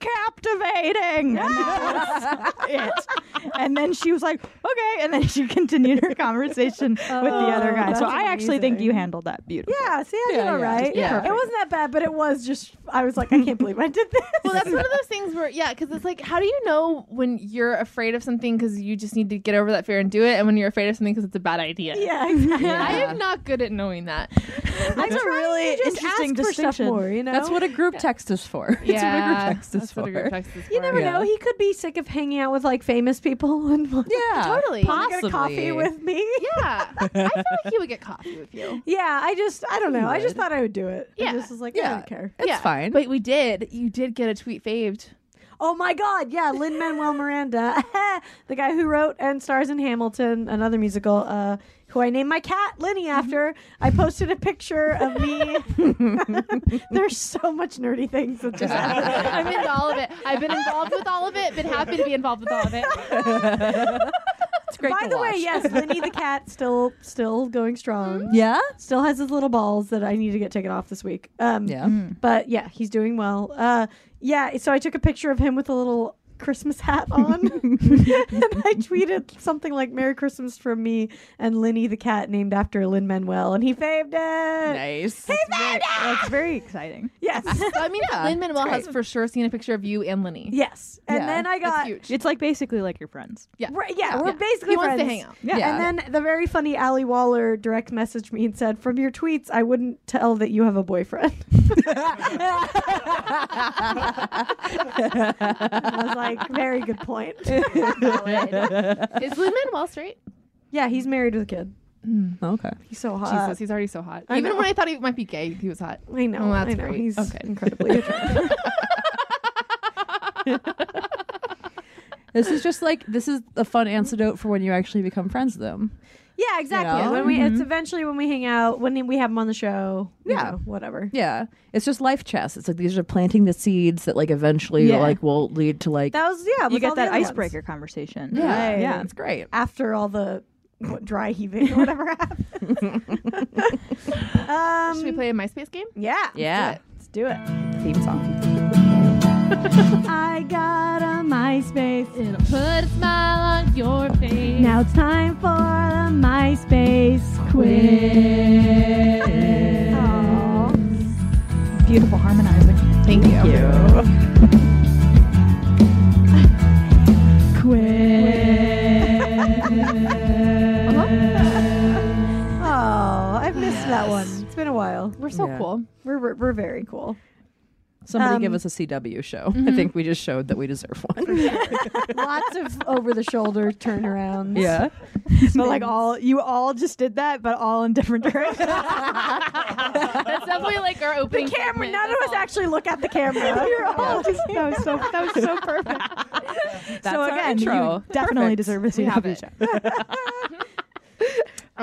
captivating," and, that was it. and then she was like, "Okay," and then she continued her conversation with the other
Oh,
guy. So
that's
I actually think
amazing.
you handled that beautifully.
yeah, see, I did
Yeah,
all
yeah.
right.
Yeah.
It wasn't that bad, but it was just, I was like, I can't believe I did this.
Well, that's one of those things where, yeah, because it's like, how do you know when you're afraid of something because you just need to get over that fear and do it, and when you're afraid of something because it's a bad idea?
yeah, exactly.
I
Yeah.
am not good at knowing that.
I'm
That's a
trying
really
to just
interesting
ask for stuff
distinction.
more, you know?
That's what a group text is for. that's what a group text is
that's what a group
for.
text is
you
for.
never
Yeah.
know. He could be sick of hanging out with like famous people and want
Yeah,
Totally.
to get a coffee
Possibly.
with me.
Yeah, I feel like he would get coffee with you.
Yeah, I just, I don't know. I just
would.
thought I would do it. I
Yeah.
just was like, I
Yeah.
don't care.
It's
yeah.
fine.
But we did. You did get a tweet faved.
Oh my God! Yeah, Lin Manuel Miranda, the guy who wrote and stars in Hamilton, another musical, uh, who I named my cat Linny after. I posted a picture of me. There's so much nerdy things that just happen.
I'm into all of it. I've been involved with all of it. Been happy to be involved with all of it.
it's great.
By
to
the
watch.
way,
Mm-hmm.
yes, Linny the cat still still going strong.
Yeah.
Still has his little balls that I need to get taken off this week. Um,
Yeah.
But yeah, he's doing well. Uh, yeah, so I took a picture of him with a little Christmas hat on. and I tweeted something like Merry Christmas from me and Linny the cat named after Lin Manuel and he faved it.
Nice.
Right. That's very exciting.
Yes.
So, I mean,
Yeah,
Lin Manuel
it's
has for sure seen a picture of you and Lenny.
yes. And
Yeah.
then I
That's
got
huge.
It's like basically like your friends.
yeah.
Right, yeah, we're
Yeah.
basically
He wants
friends.
to hang out.
Yeah.
And then the very funny Ali Waller direct messaged me and said, "From your tweets, I wouldn't tell that you have a boyfriend." I was like, "Very good point."
Is Lin Manuel straight?
yeah, he's married with a kid.
Okay.
He's so hot.
Jesus, he's already so hot.
I
Even
know.
when I thought he might be gay, he was hot.
I know.
Oh, that's
I know.
great.
He's
Okay.
incredibly attractive.
This is just like this is a fun antidote for when you actually become friends with them.
yeah, exactly.
know?
When we, it's eventually when we hang out, when we have him on the show. you
Yeah.
know, whatever.
Yeah. It's just life chess. It's like these are planting the seeds that like eventually
Yeah.
like will lead to like
That was yeah.
You
with
get
all the
that
other ones.
icebreaker conversation.
yeah,
Right.
yeah, it's great.
after all the what, dry heaving or whatever happens. um,
Should we play a MySpace game?
Yeah.
Yeah.
Let's do it. Let's do
Theme song.
it. I got a MySpace.
It'll put a smile on your face.
Now time for the MySpace quiz. Aw.
Beautiful harmonizing.
thank you.
Oh, I've missed that one. It's been a while.
We're so
Yeah.
Uh-huh. cool.
Oh, We're, we're, we're very cool.
Somebody
Um,
give us a CW show. I think we just showed that we deserve one.
Lots of over the shoulder turnarounds.
yeah.
but like all you all just did that, but all in different directions.
That's definitely like our opening.
The camera.
segment.
None of
That's
us
all.
actually look at the camera.
You're all just that was so that was so perfect.
That's
so
our
again,
intro.
you
Perfect.
definitely deserve a
We have
CW
it.
show.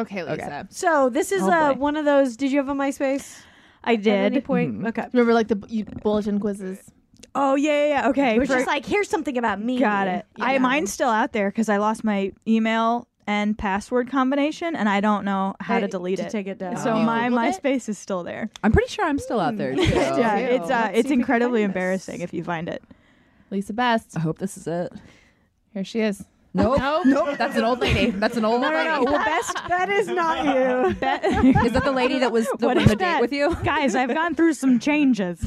Okay, Lisa.
So this is
Oh,
uh,
boy.
one of those. Did you have a MySpace?
I
At any
did.
point.
Mhm.
Okay.
Remember, like the bu- you, bulletin quizzes.
Oh yeah, yeah, yeah. Okay,
It was
for-
just like, here's something about me.
got it. I
Yeah.
mine's still out there because I lost my email and password combination, and I don't know how to
I-
delete it.
take it down.
So
Oh.
my
Googled it?
MySpace is still there.
I'm pretty sure I'm still out there too.
yeah,
too.
it's
Let's
uh,
see if we
it's
can
incredibly
find this.
embarrassing if you find it.
Lisa Best.
I hope this is it.
Here she is.
Nope.
Nope.
nope. That's an old lady. That's an old
No,
lady.
no, no. Well, best
that is not you.
Is that the lady that was the,
What
on
is
the
that?
date with you?
guys, I've gone through some changes.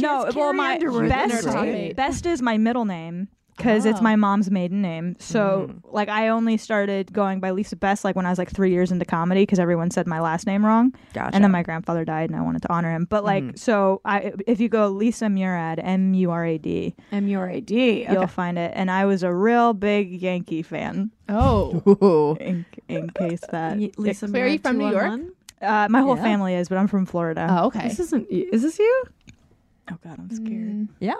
no, well,
Carrie
my
Underwood.
best
That's
great.
best is my middle name because it's
Oh.
my mom's maiden name. So like, I only started going by Lisa Best like when I was like three years into comedy because everyone said my last name wrong,
Gotcha.
and then my grandfather died and I wanted to honor him. But like, so I if you go Lisa Murad, M U R A D,
M U R A D.
you'll find it. And I was a real big Yankee fan.
Oh.
Ooh.
In, in case that
Lisa,
Where are you
Moran,
from, New York?
211?
uh, my whole
Yeah.
family is, but I'm from Florida.
Oh, Mm. okay.
This isn't. you- Is this you?
Oh, God, I'm scared.
Yeah.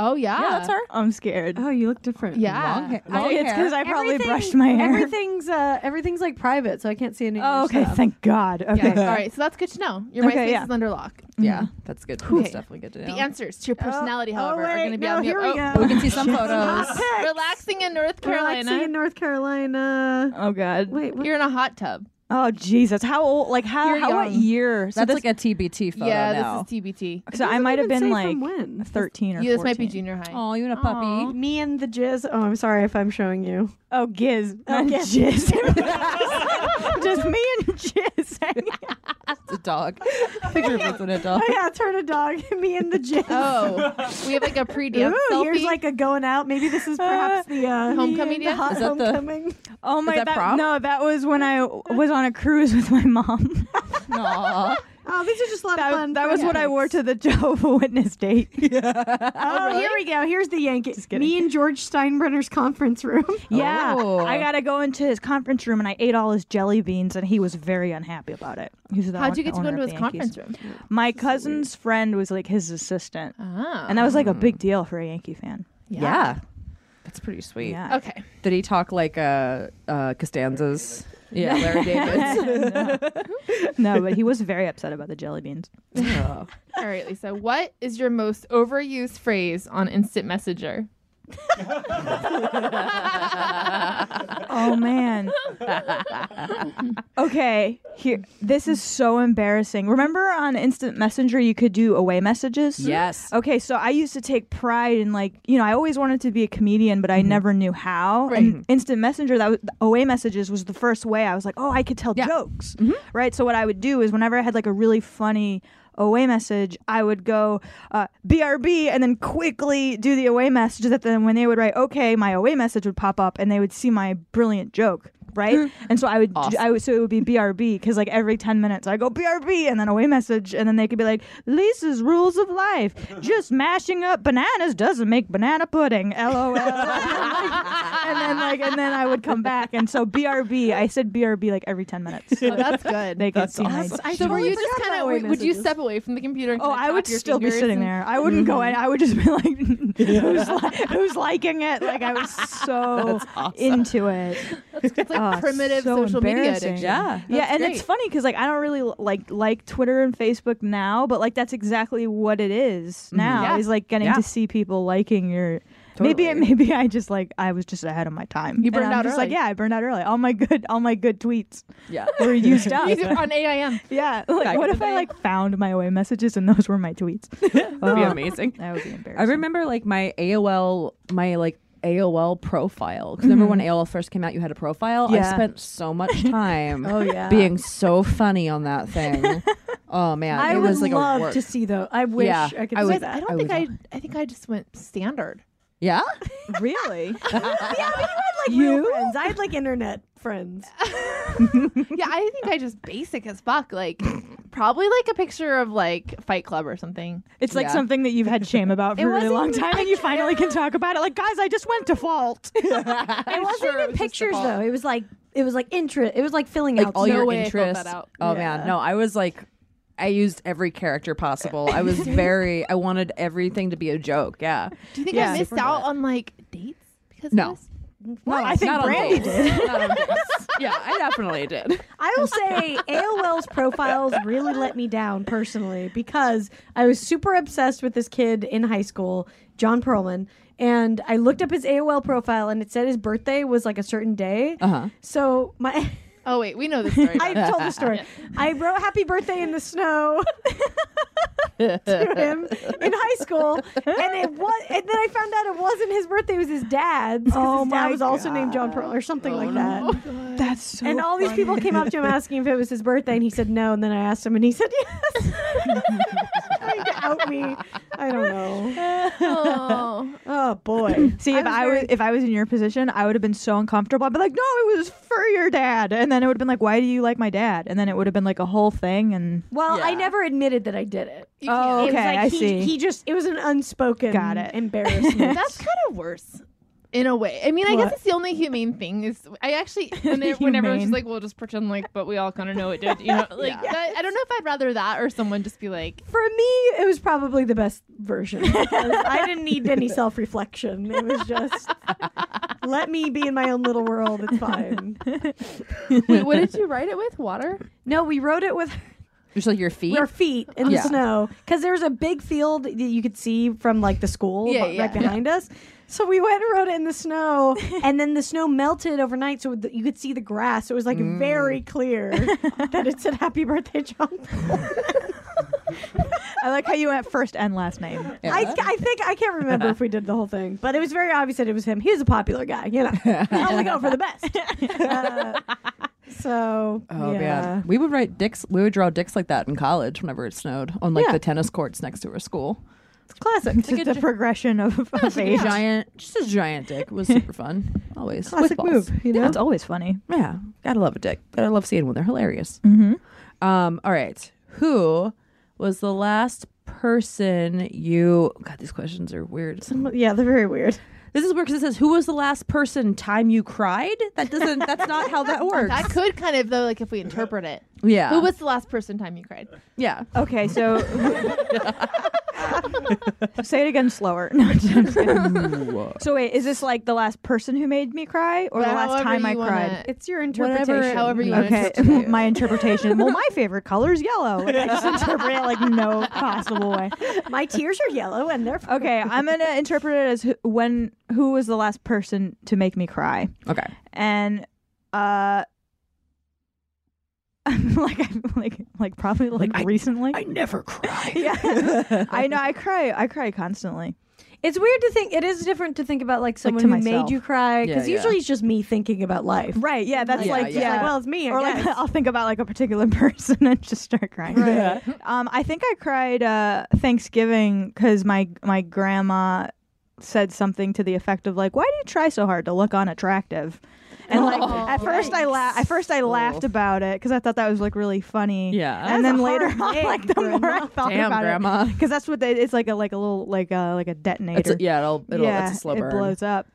Oh yeah.
Yeah, that's her.
I'm scared.
Oh, you look different.
Yeah.
Long, ha-
I,
long
it's
hair.
because I probably
Everything-
brushed my hair.
Everything's uh, everything's like private, so I can't see any. of your
Oh, okay.
stuff.
Thank God. Okay.
Yeah. All right. So that's good to know. Your
Okay,
MySpace
yeah.
is under lock.
Yeah, Mm. that's good. That's definitely good to know.
The answers to your personality,
oh,
however, are
wait,
going to be
no,
on the
here we
oh,
go.
We can see some photos.
relaxing in North Carolina.
Relaxing in North Carolina.
Oh God.
Wait, what?
You're in a hot tub.
Oh Jesus. How old? Like how?
You're
how what
young.
year? So
That's
this,
like a TBT photo
yeah,
now.
this is TBT.
so I
Doesn't
might have
even
been
say
like
from when.
thirteen or
Yeah, this might be
14.
junior high.
oh, you and a puppy.
Aw.
Me and the jizz. Oh, I'm sorry if I'm showing you.
Oh Giz. Oh
Giz.
Giz. Just me and Jizz. hanging out.
It's a dog. Picture of us and a dog.
Oh yeah, turn a dog. Me and the jizz.
Oh, we have like a pre-dance
Ooh,
selfie.
here's like a going out. Maybe this is perhaps the uh,
Homecoming
the
dance?
hot
Is that the-
homecoming.
Oh my.
that prom?
No, that was when I was on a cruise with my mom.
Aw.
Oh, these are just a lot
That,
of fun.
that was what I
projects.
wore to the Jehovah Witness date.
Oh, here we go. Here's the Yankees. Me and George Steinbrenner's conference room.
Yeah,
Oh.
I gotta go into his conference room, and I ate all his jelly beans, and he was very unhappy about it. He was the
How'd you get to go
owner
into
of
his
the Yankees.
conference room?
My cousin's friend was like his assistant,
Ah,
and that was like a big deal for a Yankee fan.
yeah. That's pretty sweet.
Yeah.
Okay.
Did he talk like uh, uh, Costanza's? Yeah, Larry David.
no, but he was very upset about the jelly beans.
Oh.
All right, Lisa. What is your most overused phrase on instant messenger?
Oh man. okay, here. This is so embarrassing. Remember on Instant Messenger, you could do away messages.
Yes.
Okay, so I used to take pride in like you know I always wanted to be a comedian, but I never knew how. And instant messenger that was, away messages was the first way I was like, oh, I could tell jokes, right? So what I would do is whenever I had like a really funny away message, I would go uh, brb and then quickly do the away message. That then when they would write okay, my away message would pop up and they would see my brilliant joke. Right,
Mm-hmm.
and so I would,
Awesome.
I would, so it would be BRB because like every ten minutes I go BRB and then away message, and then they could be like Lisa's rules of life, just mashing up bananas doesn't make banana pudding, lol. and then like and then I would come back and so BRB I said BRB like every 10 minutes
Oh, that's good.
they could see my
I
so were
totally
you just
forgot
kind
about
of
away
would, would you
messages.
step away from the computer? And
Oh,
kinda
I
tap
would
your
still be
fingers
sitting
and- Mm-hmm.
there. I wouldn't go in. I would just be like, who's, li- who's liking it? Like, I was so into it.
It's like
Oh,
primitive
so
social media
embarrassing.
addiction.
Yeah.
yeah,
That's
and
great.
it's funny because, like, I don't really like like Twitter and Facebook now, but, like, that's exactly what it is now
Yeah.
is, like, getting
Mm-hmm. Yeah.
to see people liking your. Maybe
Totally.
maybe I just like I was just ahead of my time.
You
And
burned
I'm
out
just like
early.
yeah, I burned out early. All my good all my good tweets
Yeah.
were used up.
These are on AIM.
Yeah. Like,
Back
what
in
if
the
I
day.
like found my away messages and those were my tweets?
That'd be
Oh,
amazing.
That would be embarrassing.
I remember like my AOL, my like AOL profile. Because remember
Mm-hmm.
when AOL first came out, you had a profile.
Yeah.
I spent so much time
Oh, yeah.
being so funny on that thing. oh man,
I
it
would
was like
love
a work.
to see though. I wish
Yeah,
I could
I
see
would-
I
that.
don't
I
think I.
was-
I think I just went standard.
yeah,
Really?
yeah, but you had like real friends. I had like internet friends.
yeah, I think I just basic as fuck. Like probably like a picture of like Fight Club or something.
It's like
Yeah.
something that you've had shame about for
It
a really long
wasn't-
time, and you finally can talk about it. Like, guys, I just went to fault.
It wasn't
sure it
even
was just a
pictures
ball.
though. It was like it was like interest. It was like filling
like
out
all
stuff.
No
your
way I filled that
interests.
out.
Oh
Yeah.
man, no, I was like, I used every character possible. I was very, I wanted everything to be a joke. Yeah,
Do you think
Yeah.
I missed out on like dates because
No.
of this?
Well, I think
Not on
Brandy
dates.
did.
Not on dates. yeah, I definitely did.
I will say AOL's profiles really let me down personally because I was super obsessed with this kid in high school, John Perlman, and I looked up his AOL profile and it said his birthday was like a certain day.
Uh-huh.
So my
Oh wait, we know the story.
I
now.
told the story. I wrote happy birthday in the snow to him in high school and it was and then I found out it wasn't his birthday, it was his dad's.
Oh
Oh his dad
my
was also named John Perlman or something like that.
That's so.
and all these
funny.
people came up to him asking if it was his birthday, and he said no. And then I asked him, and he said yes. Trying to out me. I don't know.
oh.
Oh boy.
See, if I was
very-
if I was in your position, I would have been so uncomfortable. I'd be like, "No, it was for your dad," and then it would have been like, "Why do you like my dad?" And then it would have been like a whole thing. And
Well, I
Yeah.
never admitted that I did it.
You
Oh,
can't.
it was
okay,
like
I
he,
see.
He just it was an unspoken
Got it.
embarrassment.
That's kind of worse. In a way, I mean, I
What?
guess it's the only humane thing is I actually whenever, whenever it's
Humane.
just like we'll just pretend like, but we all kind of know it did, you know? Like that, I don't know if I'd rather that or someone just be like,
For me, it was probably the best version. because I didn't need any self reflection. It was just let me be in my own little world. It's fine.
wait, what did you write it with? Water?
No, we wrote it with
Just like your feet.
Your feet in
Yeah.
the snow because there was a big field that you could see from like the school
Yeah,
bu-
yeah.
right behind us. So we went and rode it in the snow, and then the snow melted overnight, so the, you could see the grass. It was like
Mm.
very clear that it said "Happy Birthday, John."
I like how you went first and last name.
Yeah.
I, I think I can't remember if we did the whole thing, but it was very obvious that it was him. He was a popular guy, you know. I only go for the best. Uh, so
Oh
yeah.
man, we would write dicks. We would draw dicks like that in college whenever it snowed on like
Yeah.
the tennis courts next to our school.
it's classic.
It's just the progression of, of age.
Giant, just a giant dick It was super fun. Always
Classic
with balls.
move, you know?
Yeah, it's always funny.
Yeah, gotta love a dick. Gotta love seeing one. They're hilarious.
Mm-hmm.
Um, all right, who was the last person you? God, these questions are weird.
Yeah, they're very weird.
This is weird because it says who was the last person time you cried. That doesn't. That's not how that works.
That could kind of though, like if we interpret it.
Um.
yeah.
Who was the last person time you cried?
Yeah.
Okay, so say it again slower. No, I'm just kidding. so wait, is this like the last person who made me cry, or the
Well,
last
however
time I
you wanna-
cried?
It's your
Whatever-
interpretation.
however you wanna
Okay,
Yes, it's
my interpretation. Well, my favorite color is yellow. Like, I just interpret it like no possible way.
My tears are yellow and they're
Okay, I'm gonna interpret it as who, when who was the last person to make me cry,
Okay.
and uh, I'm like I'm like like probably like,
I-
recently.
never cry.
yeah, I know. I cry. I cry constantly.
It's weird to think. It is different to think about like someone
to
who
myself.
made you cry because
Yeah, yeah.
usually it's just me thinking about life.
Right? Yeah, that's
Yeah,
like
just
yeah.
like, well, it's me. I
or like
guess.
I'll think about like a particular person and just start crying.
Right.
Um, I think I cried uh, Thanksgiving because my my grandma said something to the effect of like, "Why do you try so hard to look unattractive?" And like
Oh,
at first I la- at first I laughed
Oof.
about it because I thought that was like really funny.
Yeah.
and
That's
then
a
later
hard
on,
day,
like the more I
Grandma.
thought
Damn,
about it,
grandma.
because that's what they, it's like a like a little like a like a detonator.
It's a, yeah. It'll. It'll.
yeah,
it's a slow
it
burn.
blows up.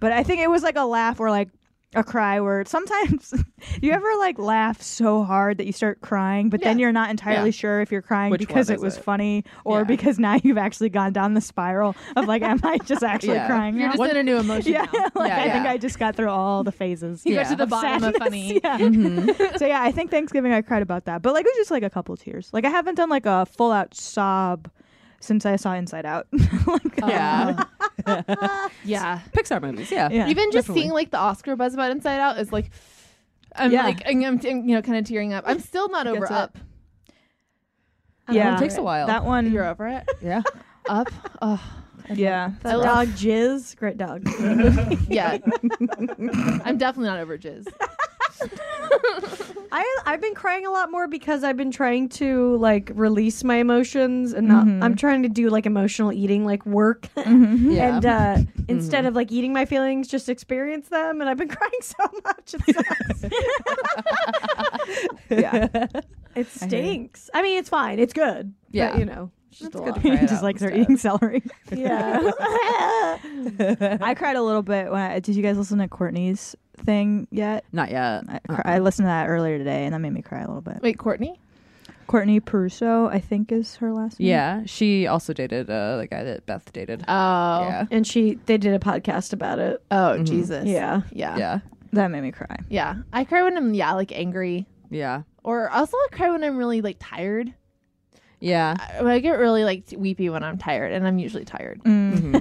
But I think it was like a laugh or like a cry where sometimes you ever like laugh so hard that you start crying, but then
Yeah.
you're not entirely
Yeah.
sure if you're crying
Which
because
one
it
is
was
it?
funny or
Yeah.
because now you've actually gone down the spiral of like, am I just actually
Yeah.
crying
You're
now?
just in a new emotion.
yeah,
now.
like
Yeah,
I think
yeah.
I just got through all the phases.
You
Yeah. Mm-hmm.
got to the
of
bottom of
sadness.
funny.
Yeah. so yeah, I think Thanksgiving I cried about that, but like it was just like a couple tears. Like I haven't done like a full out sob since I saw Inside Out. like,
Um, Yeah.
Yeah.
Pixar movies. Yeah.
yeah.
Even just
definitely.
seeing like the Oscar buzz about Inside Out is like, I'm
Yeah.
like, I'm, I'm, you know, kind of tearing up. I'm still not over
Gets it.
up.
yeah,
It takes a while.
That one,
You're over it.
yeah.
Up. Oh,
yeah.
That
I
dog jizz, great dog.
yeah. I'm definitely not over jizz.
I I've been crying a lot more because I've been trying to like release my emotions and not. I'm trying to do like emotional eating, like work,
Yeah. Mm-hmm.
and uh, instead of like eating my feelings, just experience them. And I've been crying so much. It sucks.
yeah.
It stinks. I, mean, it's fine. It's good.
Yeah.
But, you know, it's
uh,
just a lot.
Try it
just
out
like they're
instead.
eating celery.
Yeah.
I cried a little bit when I did. You guys listen to Courtney's thing yet?
Not yet. Uh-uh.
I, cr- I listened to that earlier today, and that made me cry a little bit.
Wait, Courtney?
Courtney Peruso, I think, is her last name.
Yeah, she also dated uh, the guy that Beth
Uh,
dated.
Oh.
yeah,
and she, they did a podcast about it.
Oh, Jesus.
Yeah.
Yeah. Yeah.
uh,
yeah,
that made me cry.
I cry when I'm, yeah, like angry.
yeah,
Or also I cry when I'm really like tired.
yeah.
uh,
I, I get really like weepy when I'm tired, and I'm usually tired.
I mean,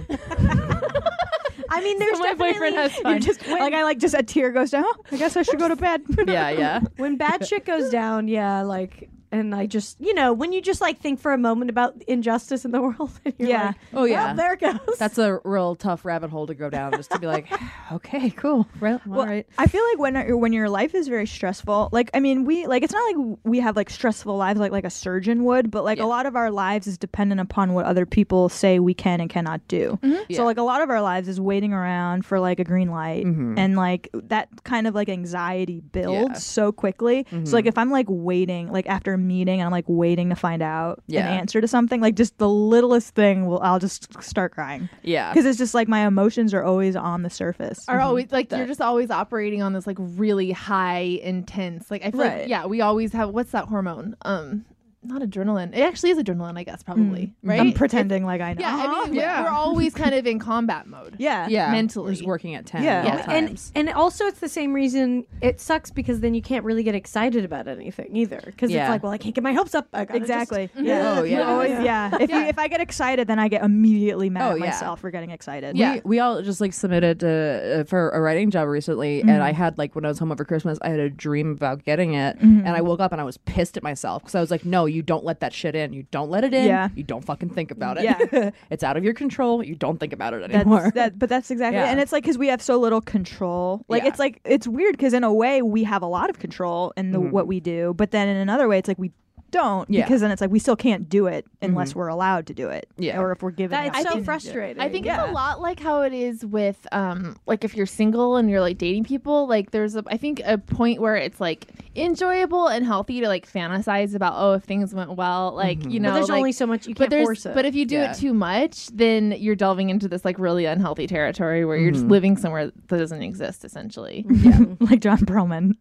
there's
my boyfriend
definitely-
has fun.
Just like I like just a tear goes
"Oh,
down. I guess I should go to bed.
Yeah, yeah.
when bad shit goes down, yeah, like, and I just, you know, when you just like think for a moment about injustice in the world, and you're
Yeah.
like,
Oh, yeah.
well, there it goes.
That's a real tough rabbit hole to go down just to be like, okay, cool. Right. all
Well,
right.
I feel like when when your life is very stressful, like I mean, we like it's not like we have like stressful lives like like a surgeon would, but like
Yeah.
a lot of our lives is dependent upon what other people say we can and cannot do.
Mm-hmm. Yeah.
So like a lot of our lives is waiting around for like a green light, and like that kind of like anxiety builds
Yeah.
so quickly. So like if I'm like waiting, like after a meeting, and I'm like waiting to find out
Yeah.
an answer to something, like just the littlest thing will I'll just start crying
Yeah.
because it's just like my emotions are always on the surface.
Are always like you're just always operating on this like really high intense like I feel
Right.
like yeah we always have what's that hormone um not adrenaline it actually is adrenaline I guess probably right
Mm. I'm pretending like I know.
yeah I mean yeah. we're always kind of in combat mode
Yeah.
Yeah.
mentally.
We're just working at 10
Yeah.
at all
Yeah.
and
times.
and also it's the same reason it sucks because then you can't really get excited about anything either because
Yeah.
it's like well I can't get my hopes up I gotta
Exactly.
just-
Yeah. Oh,
You
yeah.
always- yeah. If, you, if I get excited, then I get immediately mad
Oh,
at
yeah.
myself for getting excited.
Yeah.
We, we all just like submitted to, uh, for a writing job recently, and
Mm-hmm.
I had like when I was home over Christmas, I had a dream about getting it,
Mm-hmm.
and I woke up and I was pissed at myself because I was like, "No, you don't let that shit in. You don't let it in.
Yeah.
You don't fucking think about it.
Yeah.
it's out of your control. You don't think about it
That's,
anymore.
that, but that's exactly,
Yeah.
and it's like because we have so little control. Like
Yeah.
it's like it's weird because in a way we have a lot of control in the what we do, but then in another way it's like we don't
Mm-hmm. Yeah. Mm-hmm.
because then it's like we still can't do it unless we're allowed to do it,
Yeah.
or if we're given.
that
the
it's so
opportunity.
frustrating
I think
Yeah.
it's a lot like how it is with um like if you're single and you're like dating people, like there's a I think a point where it's like enjoyable and healthy to like fantasize about oh if things went well, like you
Mm-hmm.
know
but there's
like-
only so much you
but
can't
there's
force it
but if you do
Yeah.
it too much, then you're delving into this like really unhealthy territory where you're
Mm-hmm.
just living somewhere that doesn't exist essentially.
like John Perlman.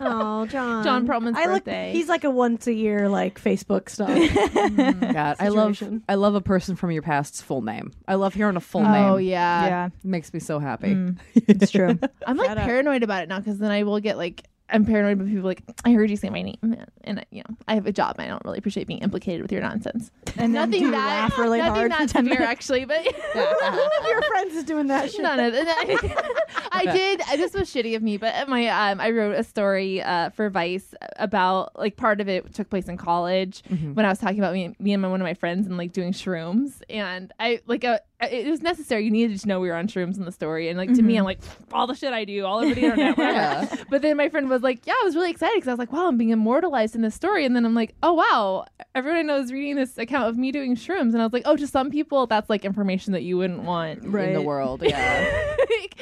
oh John
John Perlman's
I look
birthday.
he's like a once a year like Facebook stuff
God, I love
Situation.
I love a person from your past's full name. I love hearing a full
Oh
name.
yeah.
yeah, Mm.
It makes me so happy.
it's true.
I'm like paranoid about it now because then I will get like I'm paranoid about people like I heard you say my name man," and I, you know I have a job and I don't really appreciate being implicated with your nonsense.
And then do
nothing
you
that
laugh really
nothing
hard for
that
10
severe actually, but
uh-huh.
one of your friends is doing that shit
none of that. I did. I, this was shitty of me, but at my um, I wrote a story uh, for Vice about like part of it took place in college when I was talking about me, me and my, one of my friends and like doing shrooms, and I like uh, it was necessary. You needed to know we were on shrooms in the story, and like to me, I'm like all the shit I do all over the internet. whatever.
Yeah.
But then my friend was like, "Yeah, I was really excited because I was like, wow, I'm being immortalized in this story." And then I'm like, "Oh wow, everyone I know is reading this account of me doing shrooms." And I was like, "Oh, to some people, that's like information that you wouldn't want."
In the
Right.
world, yeah.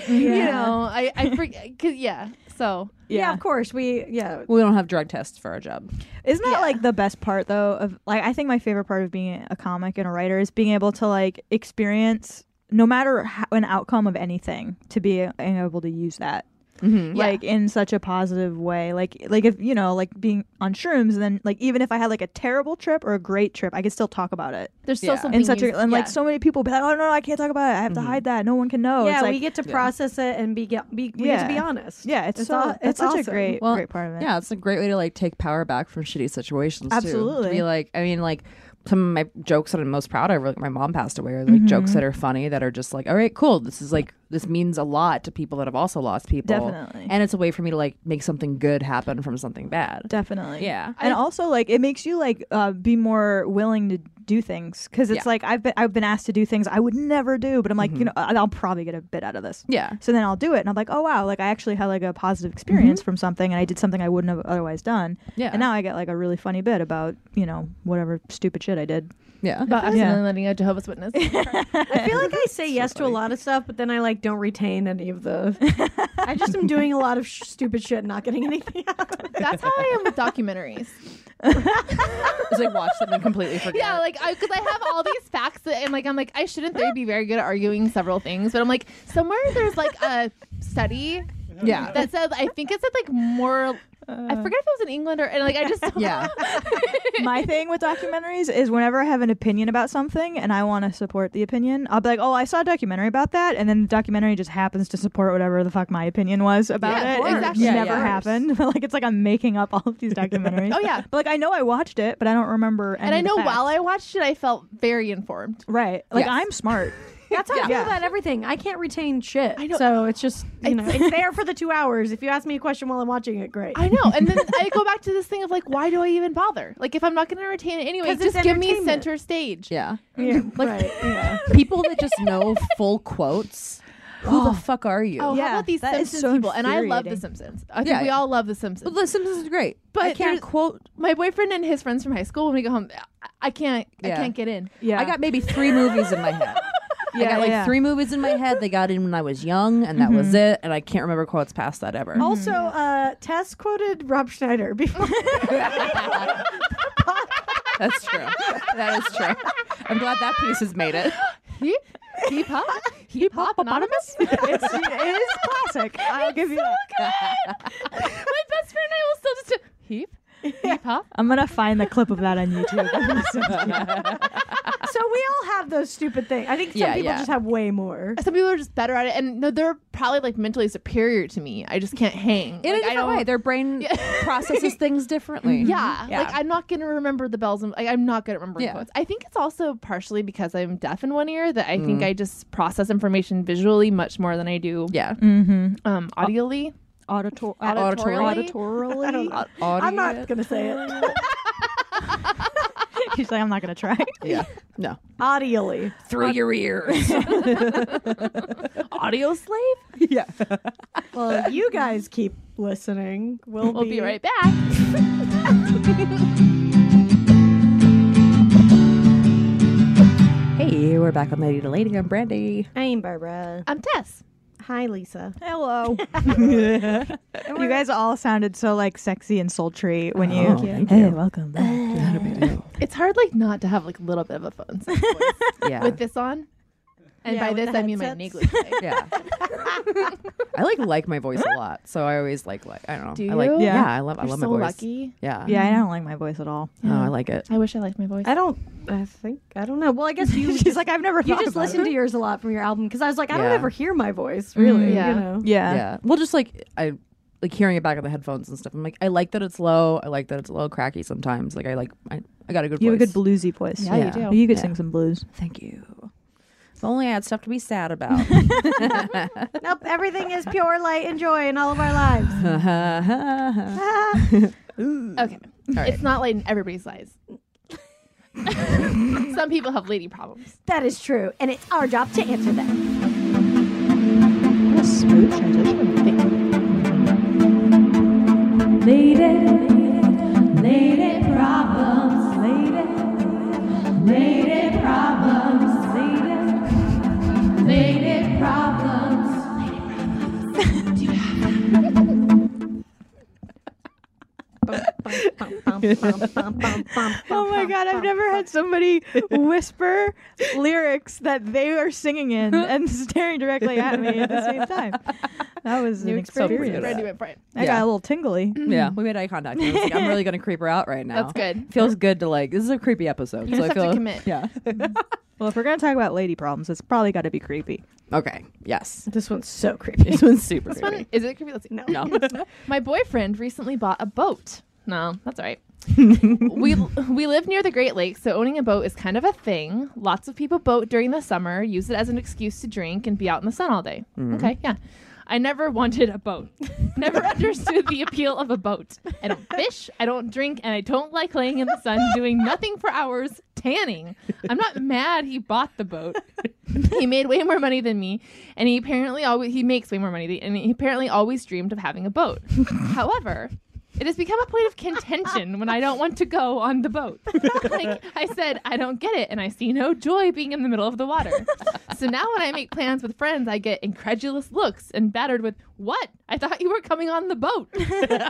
You
Yeah.
know, I I forget cause yeah. So
yeah. of course we yeah
we don't have drug tests for our job.
Isn't that like the best part though of like I think my favorite part of being a comic and a writer is being able to like experience no matter how, an outcome of anything to be able to use that like in such a positive way like like if you know like being on shrooms and then like even if I had like a terrible trip or a great trip I could still talk about it
there's still
Yeah.
something
and such
you-
a and like
yeah.
so many people be like oh no I can't talk about it I have to hide that no one can know
Oh, yeah
it's like
we get to process it and be, get, be we get to be
Yeah.
honest
yeah it's,
It's
so,
all-
it's
that's
such a
awesome.
great
Well,
great part of it
Yeah, it's a great way to like take power back from shitty situations. Too.
Absolutely.
To be like, I mean, like some of my jokes that I'm most proud of, like my mom passed away, or like
Mm-hmm.
jokes that are funny that are just like, all right, cool. This is like this means a lot to people that have also lost people.
Definitely.
And it's a way for me to like make something good happen from something bad.
definitely
Yeah.
and also like it makes you like uh, be more willing to do things because it's
Yeah. Mm-hmm.
like i've been i've been asked to do things i would never do but i'm like you know I- i'll probably get a bit out of this
Yeah.
so then i'll do it and i'm like oh wow like i actually had like a positive experience from something and i did something i wouldn't have otherwise done
Mm-hmm. Yeah.
and now i get like a really funny bit about you know whatever stupid shit i did
Yeah.
But I'm
Yeah.
yeah. letting a Jehovah's Witness.
I feel like I say yes to a lot of stuff, but then I like like don't retain any of the. I just am doing a lot of sh- stupid shit, and not getting anything out. of it.
That's how I am with documentaries.
It's like watch something completely forget.
Yeah, like I because I have all these facts that, and like I'm like I shouldn't they be very good at arguing several things, but I'm like somewhere there's like a study
yeah.
that says I think it said like more. I
Uh.
forget if it was in England or and like I just
yeah.
My thing with documentaries is whenever I have an opinion about something and I want to support the opinion, I'll be like, "Oh, I saw a documentary about that," and then the documentary just happens to support whatever the fuck my opinion was about
Yeah, of
it. and
course.
It
Yeah,
never
yeah.
happened. But like, it's like I'm making up all of these documentaries.
Oh, yeah.
but like I know I watched it, but I don't remember.
and I know while I watched it, I felt very informed.
right, like
Yes.
I'm smart.
That's how I feel
Yeah.
about everything. I can't retain shit,
I know.
so it's just you know
It's-
it's there for the two hours. If you ask me a question while I'm watching it, great.
I know, and then I go back to this thing of like, why do I even bother? Like, if I'm not going to retain it anyway,
'Cause it's
just give me
entertainment.
center stage.
Yeah.
yeah, right. Yeah.
People that just know full quotes. Who the fuck are you?
Oh,
Yeah,
how about these
that is
Simpsons
so
people? And I love The
infuriating.
Simpsons. I think
Yeah,
we
yeah.
all love The Simpsons.
The Simpsons is great.
But
I can't
there's-
quote.
my boyfriend and his friends from high school when we go home I- i can't i
Yeah.
can't get in
Yeah,
I got maybe three movies in my head. I
Yeah,
got like
yeah.
three movies in my head. They got in when I was young, and that
Mm-hmm.
was it. And I can't remember quotes past that ever.
Oh.
Also, uh, Tess quoted Rob Schneider before.
That's true. That is true. I'm glad that piece has made it.
he he pop he pop anonymous my
it's, it is classic. I'll give you. that.
best friend and i will still just do heap heap hop
I'm gonna find the clip of that on YouTube.
so we all have those stupid things. I think some
Yeah,
people
yeah.
just have way more.
some people are just better at it and no, they're probably like mentally superior to me i just can't hang
In
Like,
a
I
different
don't-
way, their brain
Yeah.
processes things differently.
yeah,
Mm-hmm. Yeah.
like I'm not gonna remember the bells and like I'm not good at remembering
Yeah.
quotes. I think it's also partially because I'm deaf in one ear that I think I just process information visually much more than I do
Mm-hmm. yeah.
um audially.
Auditor-
Auditorily?
auditorily.
I don't know. I'm not gonna say it.
She's like, I'm not gonna try.
Yeah. No.
Audially.
Through your ears.
Audio slave?
yeah.
Well, you guys keep listening. We'll,
We'll be right back.
Hey, we're back on Lady to Lady. I'm Brandy.
I'm Barbara.
I'm Tess.
Hi, Lisa.
Hello. you guys all sounded so like sexy and sultry when Oh. you.
Oh,
hey, welcome. Back.
It's hard, like, not to have like a little bit of a phone sex voice
Yeah.
with this on. And
Yeah,
by
with
this,
the
I mean my
headsets.
negligee.
yeah. I like like my voice a lot, so I always like like I don't know.
Do
I like
you?
yeah.
Yeah.
I love I
You're
love
so
my voice.
lucky.
Yeah.
yeah, I don't like my voice at all.
Oh, I like it.
I wish I liked my voice.
I don't. I think I don't know. Well, I guess you.
She's like, I've never.
you
thought
just
about
listen
it.
to yours a lot from your album because I was like, I don't
Yeah.
ever hear my voice really.
yeah.
You know.
Yeah.
yeah. Well, just like I like hearing it back on the headphones and stuff. I'm like, I like that it's low. I like that it's a little cracky sometimes. Like I like I, I got a good.
You
voice.
have a good bluesy voice.
yeah,
yeah.
you do.
You could
Yeah.
sing some blues.
Thank you. If only I had stuff to be sad about.
Nope. Everything is pure light and joy in all of our lives. Ah.
Okay. It's not like everybody's lies. Some people have lady problems.
that is true, and it's our job to answer them.
smooth transition. Oh my god, I've never had somebody whisper lyrics that they are singing in and staring directly at me at the same time. That was an experience.
Brandy went Brian.
I
Yeah.
got a little tingly.
yeah, we made eye contact. I was like, I'm really gonna creep her out right now.
That's good.
Feels good to like. This is a creepy episode.
You
so
just
I
have to
feel-
commit.
Yeah.
Well, if we're gonna talk about lady problems, it's probably got to be creepy.
okay. Yes.
This one's so creepy.
This one's super
This
creepy.
one is it creepy? Let's see.
No.
no.
My boyfriend recently bought a boat. No, that's all right. we we live near the Great Lakes, so owning a boat is kind of a thing. Lots of people boat during the summer, use it as an excuse to drink and be out in the sun all day. Okay, yeah. I never wanted a boat. never understood the appeal of a boat. I don't fish, I don't drink, and I don't like laying in the sun doing nothing for hours tanning. I'm not mad he bought the boat he made way more money than me, and he apparently always he makes way more money than and he apparently always dreamed of having a boat. However, It has become a point of contention when I don't want to go on the boat. like I said, I don't get it, and I see no joy being in the middle of the water. so now when I make plans with friends, I get incredulous looks and battered with, What? I thought you were coming on the boat.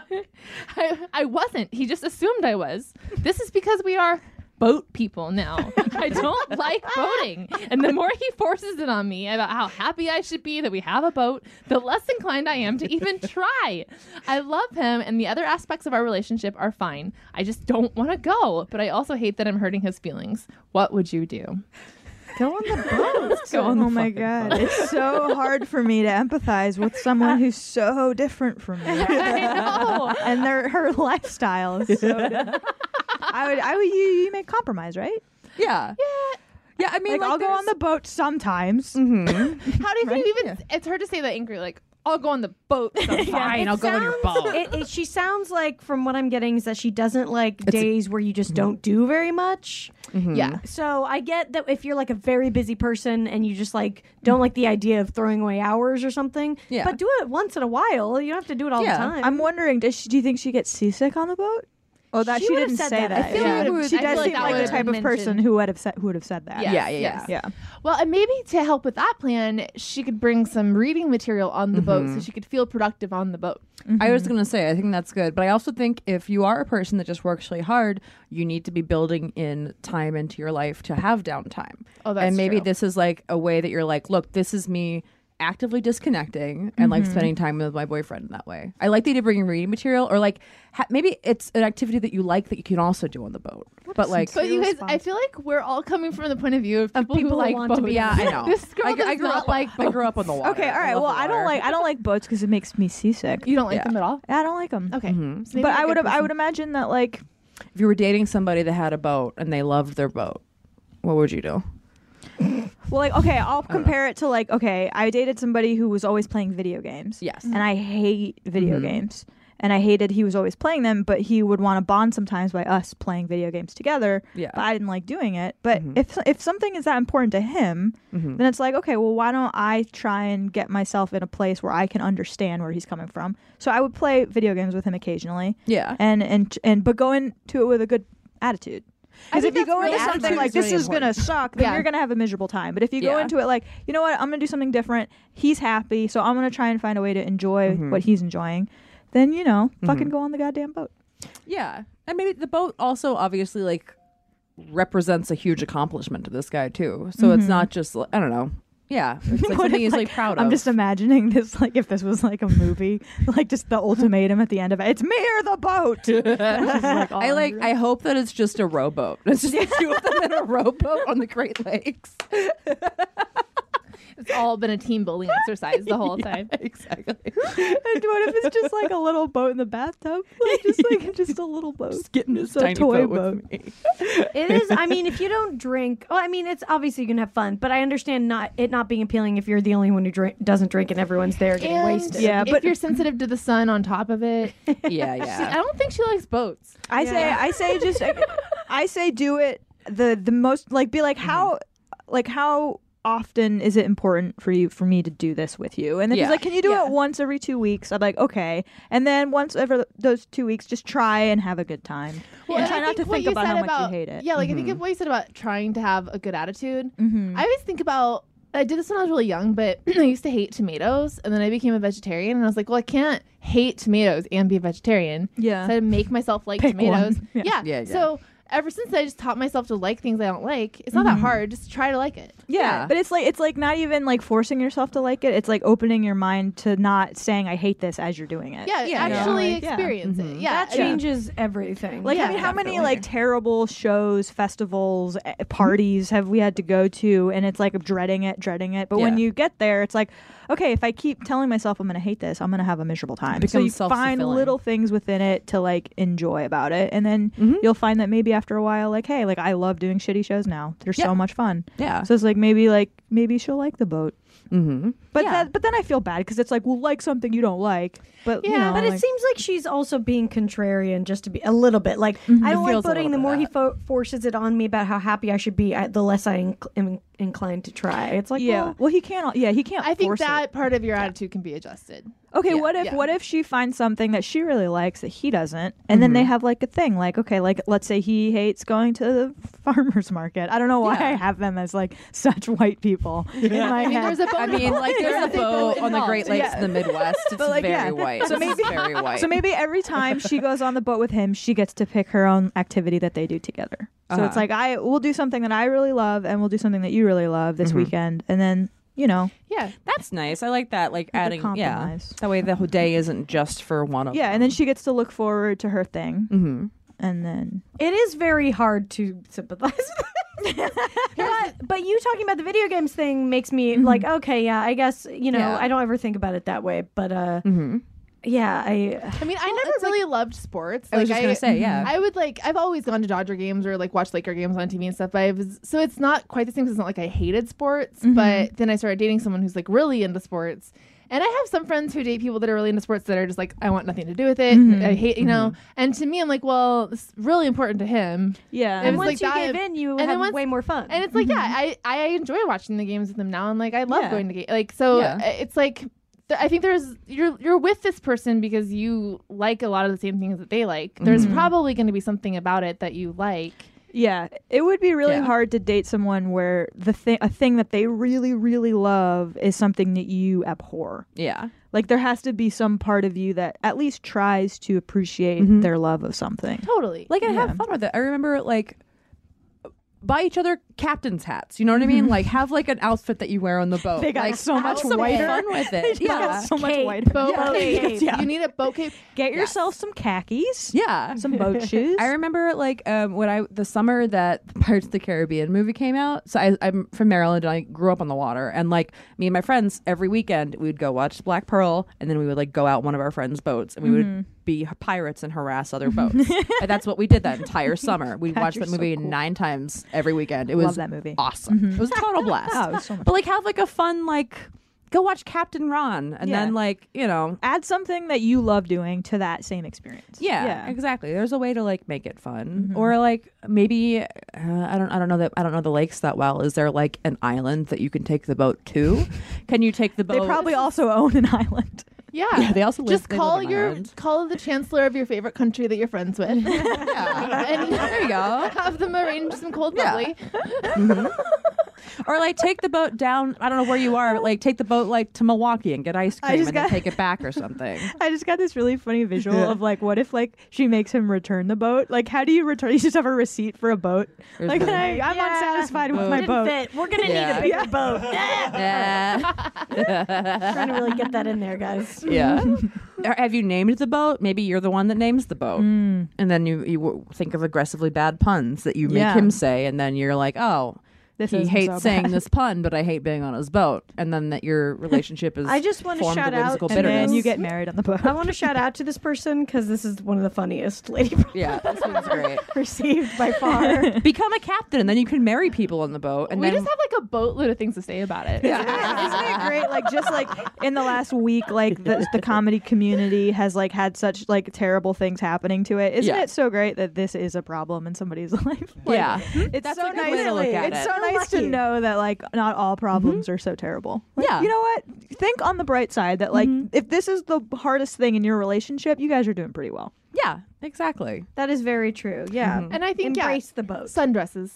I, I wasn't. He just assumed I was. This is because we are boat people now. I don't like boating. And the more he forces it on me about how happy I should be that we have a boat, the less inclined I am to even try. I love him, and the other aspects of our relationship are fine. I just don't want to go. But I also hate that I'm hurting his feelings. What would you do?
Go on the boat.
go on the
oh my
fucking
god,
boat.
it's so hard for me to empathize with someone who's so different from me.
I know.
and their her lifestyle is so different. I would I would you you make compromise, right?
Yeah. Yeah. Yeah. I mean,
Like, Mm-hmm. I'll go on the boat sometimes.
How do you
Right?
even? It's hard to say that angry. Like I'll go on the boat. sometime.
It
Fine, I'll go on your
sounds-
boat.
It, it, she sounds like, from what I'm getting, is that she doesn't like days where you just don't do very much.
Yeah.
So I get that if you're like a very busy person and you just like don't like the idea of throwing away hours or something.
Yeah.
But do it once in a while. You don't have to do it all
Yeah.
the time.
I'm wondering, does she do you think she gets seasick on the boat? Oh, that
She
she,
would have
didn't
said
say
that.
that.
I
feel like it would-
she
I feel
does
like
seem
that
like
would
the
have
type
been
of person
mentioned.
who would have said who would have said that.
Yes,
Yeah, yeah, yeah.
Yeah.
Well, and maybe to help with that plan, she could bring some reading material on the boat so she could feel productive on the boat.
I
Mm-hmm.
was gonna say, I think that's good, but I also think if you are a person that just works really hard, you need to be building in time into your life to have downtime.
Oh, that's
and maybe
true.
this is like a way that you're like, look, this is me actively disconnecting and like
Mm-hmm.
spending time with my boyfriend in that way. I like that you're bringing reading material, or like ha- maybe it's an activity that you like that you can also do on the boat. but like,
But you guys, I feel like we're all coming from the point of view of people,
people who
who like
want to
boats.
be-
yeah, I know.
This girl
I,
does
I grew
not
up,
like
I grew up on the water.
Okay, all right.
love
well,
the
I don't
water.
like I don't like boats because it makes me seasick.
you don't like
Yeah.
them at all.
I don't like them.
Okay, So maybe you're
But
a
I
good
would I
person.
would imagine that like
If you were dating somebody that had a boat and they loved their boat, what would you do?
well like okay, I'll compare it to like okay, I dated somebody who was always playing video games.
Yes.
and I hate video
Mhm.
games. And I hated he was always playing them, but he would want to bond sometimes by us playing video games together.
Yeah.
But I didn't like doing it. But if if something is that important to him, then it's like, okay, well, why don't I try and get myself in a place where I can understand where he's coming from? So I would play video games with him occasionally,
Yeah.
and and and but go into it with a good attitude. Because if you go into
attitude
something like
is really
this is gonna suck, then
Yeah.
you're gonna have a miserable time. But if you go
Yeah.
into it like, you know what, I'm gonna do something different. He's happy, so I'm gonna try and find a way to enjoy what he's enjoying. Then you know, fucking go on the goddamn boat.
Yeah. And maybe the boat also obviously like represents a huge accomplishment to this guy too. So it's not just like- I don't know. Yeah. It's like
Mm-hmm. What
something
if,
he's like,
like,
proud of.
I'm just imagining this like if this was like a movie, like just the ultimatum at the end of it. It's me or the boat.
I like I hope that it's just a rowboat. It's just the two of them in a rowboat on the Great Lakes.
It's all been a team building exercise the whole time.
Exactly.
And what if it's just like a little boat in the bathtub? Like just like just a little boat.
Just getting this
It's a
tiny
toy
boat, with me.
It is. I mean, if you don't drink, well, I mean, it's obviously you can have fun, but I understand not it not being appealing if you're the only one who drink, doesn't drink and everyone's there getting
And
wasted.
Yeah,
if
but-
you're sensitive to the sun on top of it,
Yeah,
I
yeah.
don't think she likes boats.
I say I say just I say do it the the most like be like
Mm-hmm.
how like how often is it important for you for me to do this with you and then
Yeah.
he's like can you do
Yeah.
it once every two weeks i'm like okay and then once over those two weeks just try and have a good time and
and
try
I
not to
what
think
you
about how
said
much you hate it
Yeah, like
Mm-hmm.
I think what you said about trying to have a good attitude. I always think about. I did this when I was really young, but I used to hate tomatoes, and then I became a vegetarian, and I was like, "Well, I can't hate tomatoes and be a vegetarian."
Yeah.
so I had to make myself like
Pick
tomatoes.
one.
Yeah,
Yeah.
yeah.
So ever since I just taught myself to like things I don't like. It's not that hard. Just try to like it.
Yeah.
but it's like it's like not even like forcing yourself to like it it's like opening your mind to not saying i hate this as you're doing it
Yeah,
Yeah,
actually
yeah. Like, yeah.
experience it.
Mm-hmm.
Yeah,
That changes everything.
Like I
Yeah,
mean, how many like terrible shows, festivals, eh, parties have we had to go to, and it's like dreading it, dreading it. But when
Yeah.
you get there, it's like, okay, if I keep telling myself I'm going to hate this, I'm going to have a miserable time. So
becomes
you find
self-fulfilling.
little things within it to like enjoy about it, and then you'll find that maybe after a while, like, hey, like I love doing shitty shows now. They're
Yeah.
so much fun.
Yeah.
So it's like maybe like maybe she'll like the boat.
mm-hmm.
But
Yeah.
that, but then I feel bad because it's like, well, like something you don't like. But you
Yeah,
know,
But it
like-
seems like she's also being contrarian just to be a little bit. Like, I don't
It
like
feels a
voting.
little
The
bit
more he
that.
fo- forces it on me about how happy I should be, I, the less I inc- am inclined to try. It's like,
yeah.
well,
Well, he can't. Yeah, he can't.
I think
force it.
that part of your attitude can be adjusted.
Okay,
Yeah,
what if
yeah.
what if she finds something that she really likes that he doesn't, and then
Mm-hmm.
they have like a thing, like okay, like let's say he hates going to the farmers market. I don't know why I have them as like such white people in my
I mean,
head.
there's a boat.
I mean, like there's a boat on the Great Lakes in the Midwest. It's
But, like,
very
yeah.
white.
So
So maybe very white.
So maybe every time she goes on the boat with him, she gets to pick her own activity that they do together. So it's
Uh-huh.
like I we'll do something that I really love, and we'll do something that you really love
Mm-hmm.
this weekend, and then you know,
Yeah.
that's nice. I like that. Like adding, yeah.
compromise.
That way the whole day isn't just for one of
yeah, and then she gets to look forward to her thing,
Mm.
Mm-hmm.
and then
it is very hard to sympathize with. but, but you talking about the video games thing makes me like, okay, yeah, I guess, you know,
Yeah.
I don't ever think about it that way. But uh,
Mm-hmm.
yeah, I.
I mean, I never really loved sports.
I was just gonna say, yeah.
I would like. I've always gone to Dodger games or like watched Laker games on TV and stuff. But I was so it's not quite the same. 'cause it's not like I hated sports,
Mm-hmm.
but then I started dating someone who's like really into sports. And I have some friends who date people that are really into sports that are just like, I want nothing to do with it.
Mm-hmm.
I hate, you know. And to me, I'm like, well, it's really important to him.
yeah,
And
once
like
you
that-
gave in, you
and then
have
once-
way more fun.
And it's like,
Mm-hmm.
yeah, I, I enjoy watching the games with them now, and like I love
Yeah.
going to games. Like so,
Yeah.
uh, it's like th- I think there's you're you're with this person because you like a lot of the same things that they like. There's
Mm-hmm.
probably going to be something about it that you like.
Yeah, it would be really
Yeah.
hard to date someone where the thing a thing that they really really love is something that you abhor.
Yeah.
Like there has to be some part of you that at least tries to appreciate
Mm-hmm.
their love of something.
Totally.
Like and have fun with it. I remember like buy each other captain's hats. You know what I mean? Like have like an outfit that you wear on the boat.
Mm-hmm. They got
like,
so
have
much
some
whiter.
fun with it. yeah.
so much
Cape.
whiter.
boat
Yeah.
cape.
Yeah.
You need a boat cape.
Get
Yes.
yourself some khakis,
Yeah.
some boat shoes.
I remember like um, when I the summer that Pirates of the Caribbean movie came out. So I, I'm from Maryland and I grew up on the water. And like me and my friends, every weekend we would go watch Black Pearl, and then we would like go out one of our friends' boats, and we
Mm-hmm.
would be h- pirates and harass other boats. and that's what we did that entire summer. We watched
you're
that
so
movie
cool.
nine times every weekend. It
Love
was
that movie.
Awesome. It was a total blast.
Oh, it was so much
But like have like a fun like go watch Captain Ron, and
Yeah.
then like you know.
Add something that you love doing to that same experience.
Yeah,
yeah. Mm-hmm.
exactly. There's a way to like make it fun, or like maybe uh, I don't I don't know that I don't know the lakes that well. Is there like an island that you can take the boat to? can you take the
They
boat?
probably also own an island.
Yeah.
Yeah, they also live-
just
they live
call
on
your
islands.
call the chancellor of your favorite country that you're friends with.
Yeah.
and
there you go.
Have them arrange some cold
Yeah.
bubbly.
Mm-hmm.
Or like take the boat down. I don't know where you are. But, like take the boat like to Milwaukee and get ice
I
cream and
just
then
got-
take it back or something.
I just got this really funny visual of like, what if like she makes him return the boat? Like, how do you return? You just have a receipt for a boat.
There's
like,
the-
I, I'm
Yeah.
unsatisfied with
Boat.
my
didn't
boat.
fit. We're going to need
Yeah.
a bigger boat. Ah!
Yeah.
Trying to really get that in there, guys.
yeah. Or have you named the boat? Maybe you're the one that names the boat,
Mm.
and then you you w- think of aggressively bad puns that you make
Yeah.
him say, and then you're like, oh.
This
he
isn't
hates
so
saying
bad.
this pun, but I hate being on his boat, and then that your relationship is.
I just wanna
formed
shout
of
out-
whimsical
And
bitterness.
then you get married on the boat.
I want to shout out to this person because this is one of the funniest lady
yeah, this one's great.
received by far.
Become a captain, and then you can marry people on the boat, and
we
then
just have like a boatload of things to say about it.
Yeah, Isn't it great? Like just like in the last week, like the, the comedy community has like had such like terrible things happening to it. Isn't
Yeah.
it so great that this is a problem in somebody's life? Like,
yeah,
it's
That's
so
a good
nice.
way to look at
it's
it. Mm-hmm.
so
We're
nice to
lucky.
know that like not all problems are so terrible. Like,
Yeah.
you know what? Think on the bright side that like if this is the hardest thing in your relationship, you guys are doing pretty well.
yeah, exactly.
That is very true. Yeah.
Mm-hmm.
And I think yeah,
Embrace the boat.
sundresses.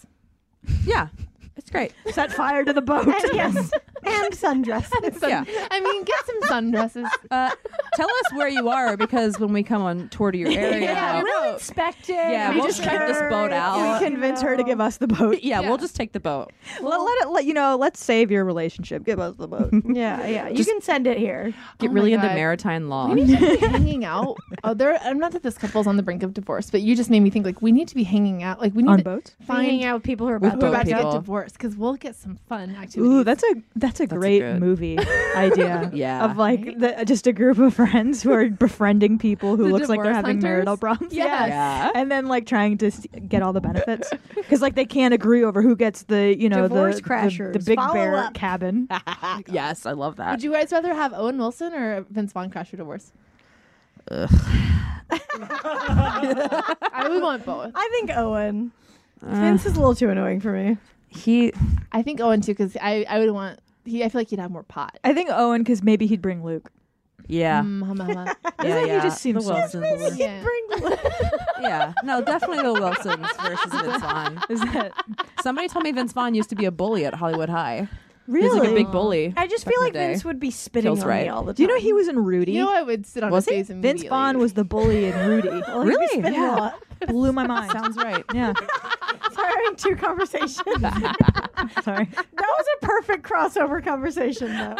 Yeah, it's great.
Set fire to the boat.
and, yes. And sundress.
Sun-
Yeah.
I mean, get some sundresses.
Uh, tell us where you are because when we come on tour to your area,
Yeah,
We'll inspect it.
Yeah,
Make
we'll check
sure
this boat
we
out.
convince her to give us the boat.
yeah,
Yeah. Oh
we'll just take the boat.
Let, let it let you know. Let's save your relationship. Give us the boat.
Yeah, yeah. You can send it here.
Get
Oh my
really into
God.
maritime law.
We need to be hanging out. Oh, there. I'm not that this couple's on the brink of divorce, but you just made me think. Like, we need to be hanging out. Like, we need
on
to
boats.
find
Hanging out with people who are
With
about
We're
boat
about to get
people.
divorced because we'll get some fun activities.
Ooh, that's a that's a
a
great
good-
movie idea.
Yeah.
of like the, just a group of friends who are befriending people
The
who looks like they're
divorce
having
hunters?
marital problems.
Yes.
Yeah.
and then like trying to s- get all the benefits because like they can't agree over who gets the you know the-
Divorce
the,
crashers.
the, big
Follow
bear
up.
cabin.
yes, I love that.
Would you guys rather have Owen Wilson or Vince Vaughn crash your divorce? I would want both.
I think Owen. Vince is a little too annoying for me.
Uh, he
I think Owen too, because I, I would want he. I feel like he'd have more pot.
I think Owen, because maybe he'd bring Luke.
yeah.
Mm, hum, hum, hum.
yeah,
he
yeah.
just seems
the
so-
Wilsons. were-
Yeah.
yeah, no, definitely the Wilsons versus Vince Vaughn.
Is that
Somebody told me Vince Vaughn used to be a bully at Hollywood High. He was
really?
like a big bully.
I just
Back
feel
in
like
the day.
Vince would be spitting
Feels
on me
right.
all the time.
Do you know he was in Rudy?
You know, I would sit on
Was
his
he?
face and
Vince Vaughn was the bully in Rudy.
Well, he'd be
Really?
spitting a
Yeah.
lot.
Blew my mind.
Sounds right.
yeah.
Sorry, having two conversations. that
Sorry.
was a perfect crossover conversation, though.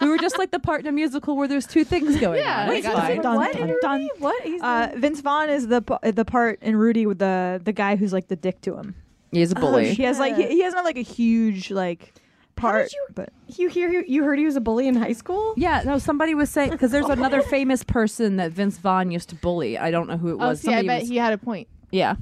We were just like the part in a musical where there's two things going
Yeah,
on.
Wait,
It's
that's
fine.
dun,
What
dun,
in Rudy?
dun. What? He's
Uh, Vince Vaughn is the p- the part in Rudy with the the guy who's like the dick to him.
He's a
Oh,
Oh, bully.
He has like he,
Shit.
he has not like a huge like part,
you-
but
you hear you heard he was a bully in high school.
yeah, no, somebody was saying because there's another famous person that Vince Vaughn used to bully. I don't know who it
Oh,
was.
see, I
Somebody
bet
was-
he had a point.
Yeah.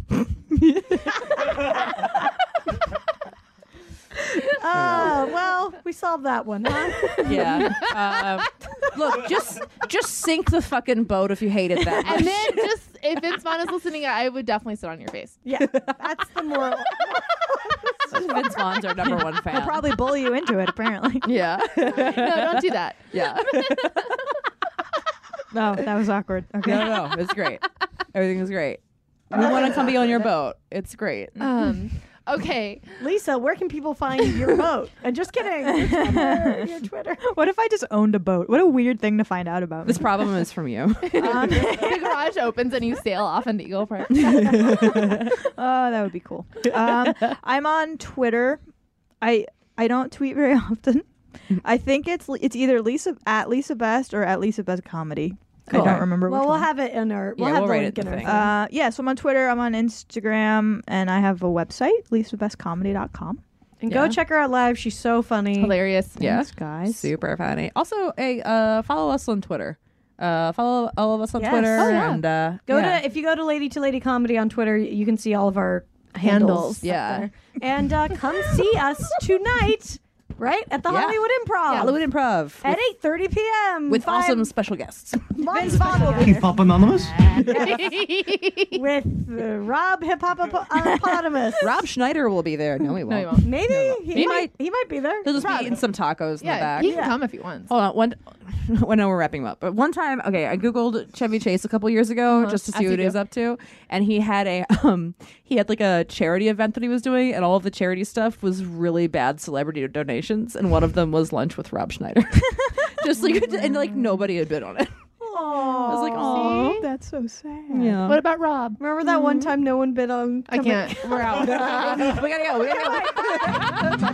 Oh well, we solved that one. Huh?
Yeah. um, look, just just sink the fucking boat if you hate it that much.
And then just if Vince Vaughn is listening, I would definitely sit on your face.
yeah, that's the moral.
Vince Vaughn's our number one fan.
he'll probably bully you into it. Apparently.
Yeah.
No, don't do that.
yeah.
No, Oh, that was awkward. Okay.
No, no, it's great. Everything is great. We want to come be on your boat. It's great.
Um, okay.
Lisa, where can people find your boat? And just kidding, your Twitter. Your Twitter.
What if I just owned a boat? What a weird thing to find out about.
This problem is from you.
The garage opens and you sail off into Eagle Park.
Oh, that would be cool. Um, I'm on Twitter. I I don't tweet very often. I think it's it's either Lisa at Lisa Best or at Lisa Best Comedy. I
Cool.
don't remember.
Well,
which
we'll
one.
have it in our. We'll
Yeah,
have
we'll
the
write
link
it in
in our.
the thing.
thing.
Uh, yeah, so I'm on Twitter, I'm on Instagram, and I have a website, lisabestcomedy.com.
and
yeah.
go check her out live. She's so funny.
Hilarious.
Yeah.
Thanks, guys.
Super funny. Also, hey, uh, follow us on Twitter. Uh, follow all of us on
Yes.
Twitter.
Oh, yeah.
And uh,
Go
yeah.
to if you go to Lady to Lady Comedy on Twitter, y- you can see all of our handles.
Handles,
up
yeah.
there. and uh, come see us tonight, right at the
Yeah.
Hollywood Improv
Hollywood Improv
at eight thirty p.m.
with
Five-
awesome special guests.
Vince Vaughn will be
Hip Hop Anonymous?
there with uh, Rob Hip Hop Hippopotamus.
Rob Schneider will be there. No, he won't.
No, he won't.
Maybe he might. He might be there.
He'll just
Rob.
be eating some tacos in the
Yeah, Oh.
back.
he can come if he wants.
Hold on, one. I know we're wrapping up, but one time, okay, I googled Chevy Chase a couple years ago just to
Uh-huh, as
see
you
what he
do.
was up to, and he had a um, he had like a charity event that he was doing, and all of the charity stuff was really bad celebrity donations, and one of them was lunch with Rob Schneider, just like and like nobody had bid on it. I was like, oh,
Oh, that's so sad.
yeah,
What about Rob?
Remember that one
Mm.
time no one bid on?
I can't. We're out.
we gotta go, we gotta go.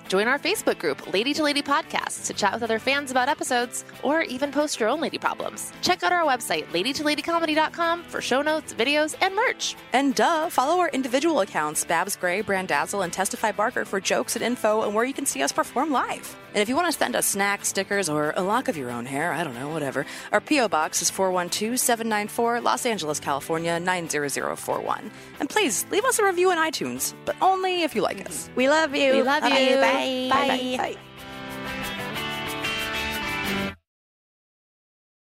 Join our Facebook group, Lady to Lady Podcast, to chat with other fans about episodes or even post your own lady problems. Check out our website, ladytoladycomedy.com, for show notes, videos, and merch.
And duh, follow our individual accounts, Babs Gray, Brandazzle, and Testify Barker for jokes and info and where you can see us perform live. And if you want to send us snacks, stickers, or a lock of your own hair, I don't know, whatever, our P.O. Box is 412 794 Los Angeles, California 90041. And please leave us a review on iTunes, but only if you like us. We love you.
We love you.
Bye. Bye. Bye.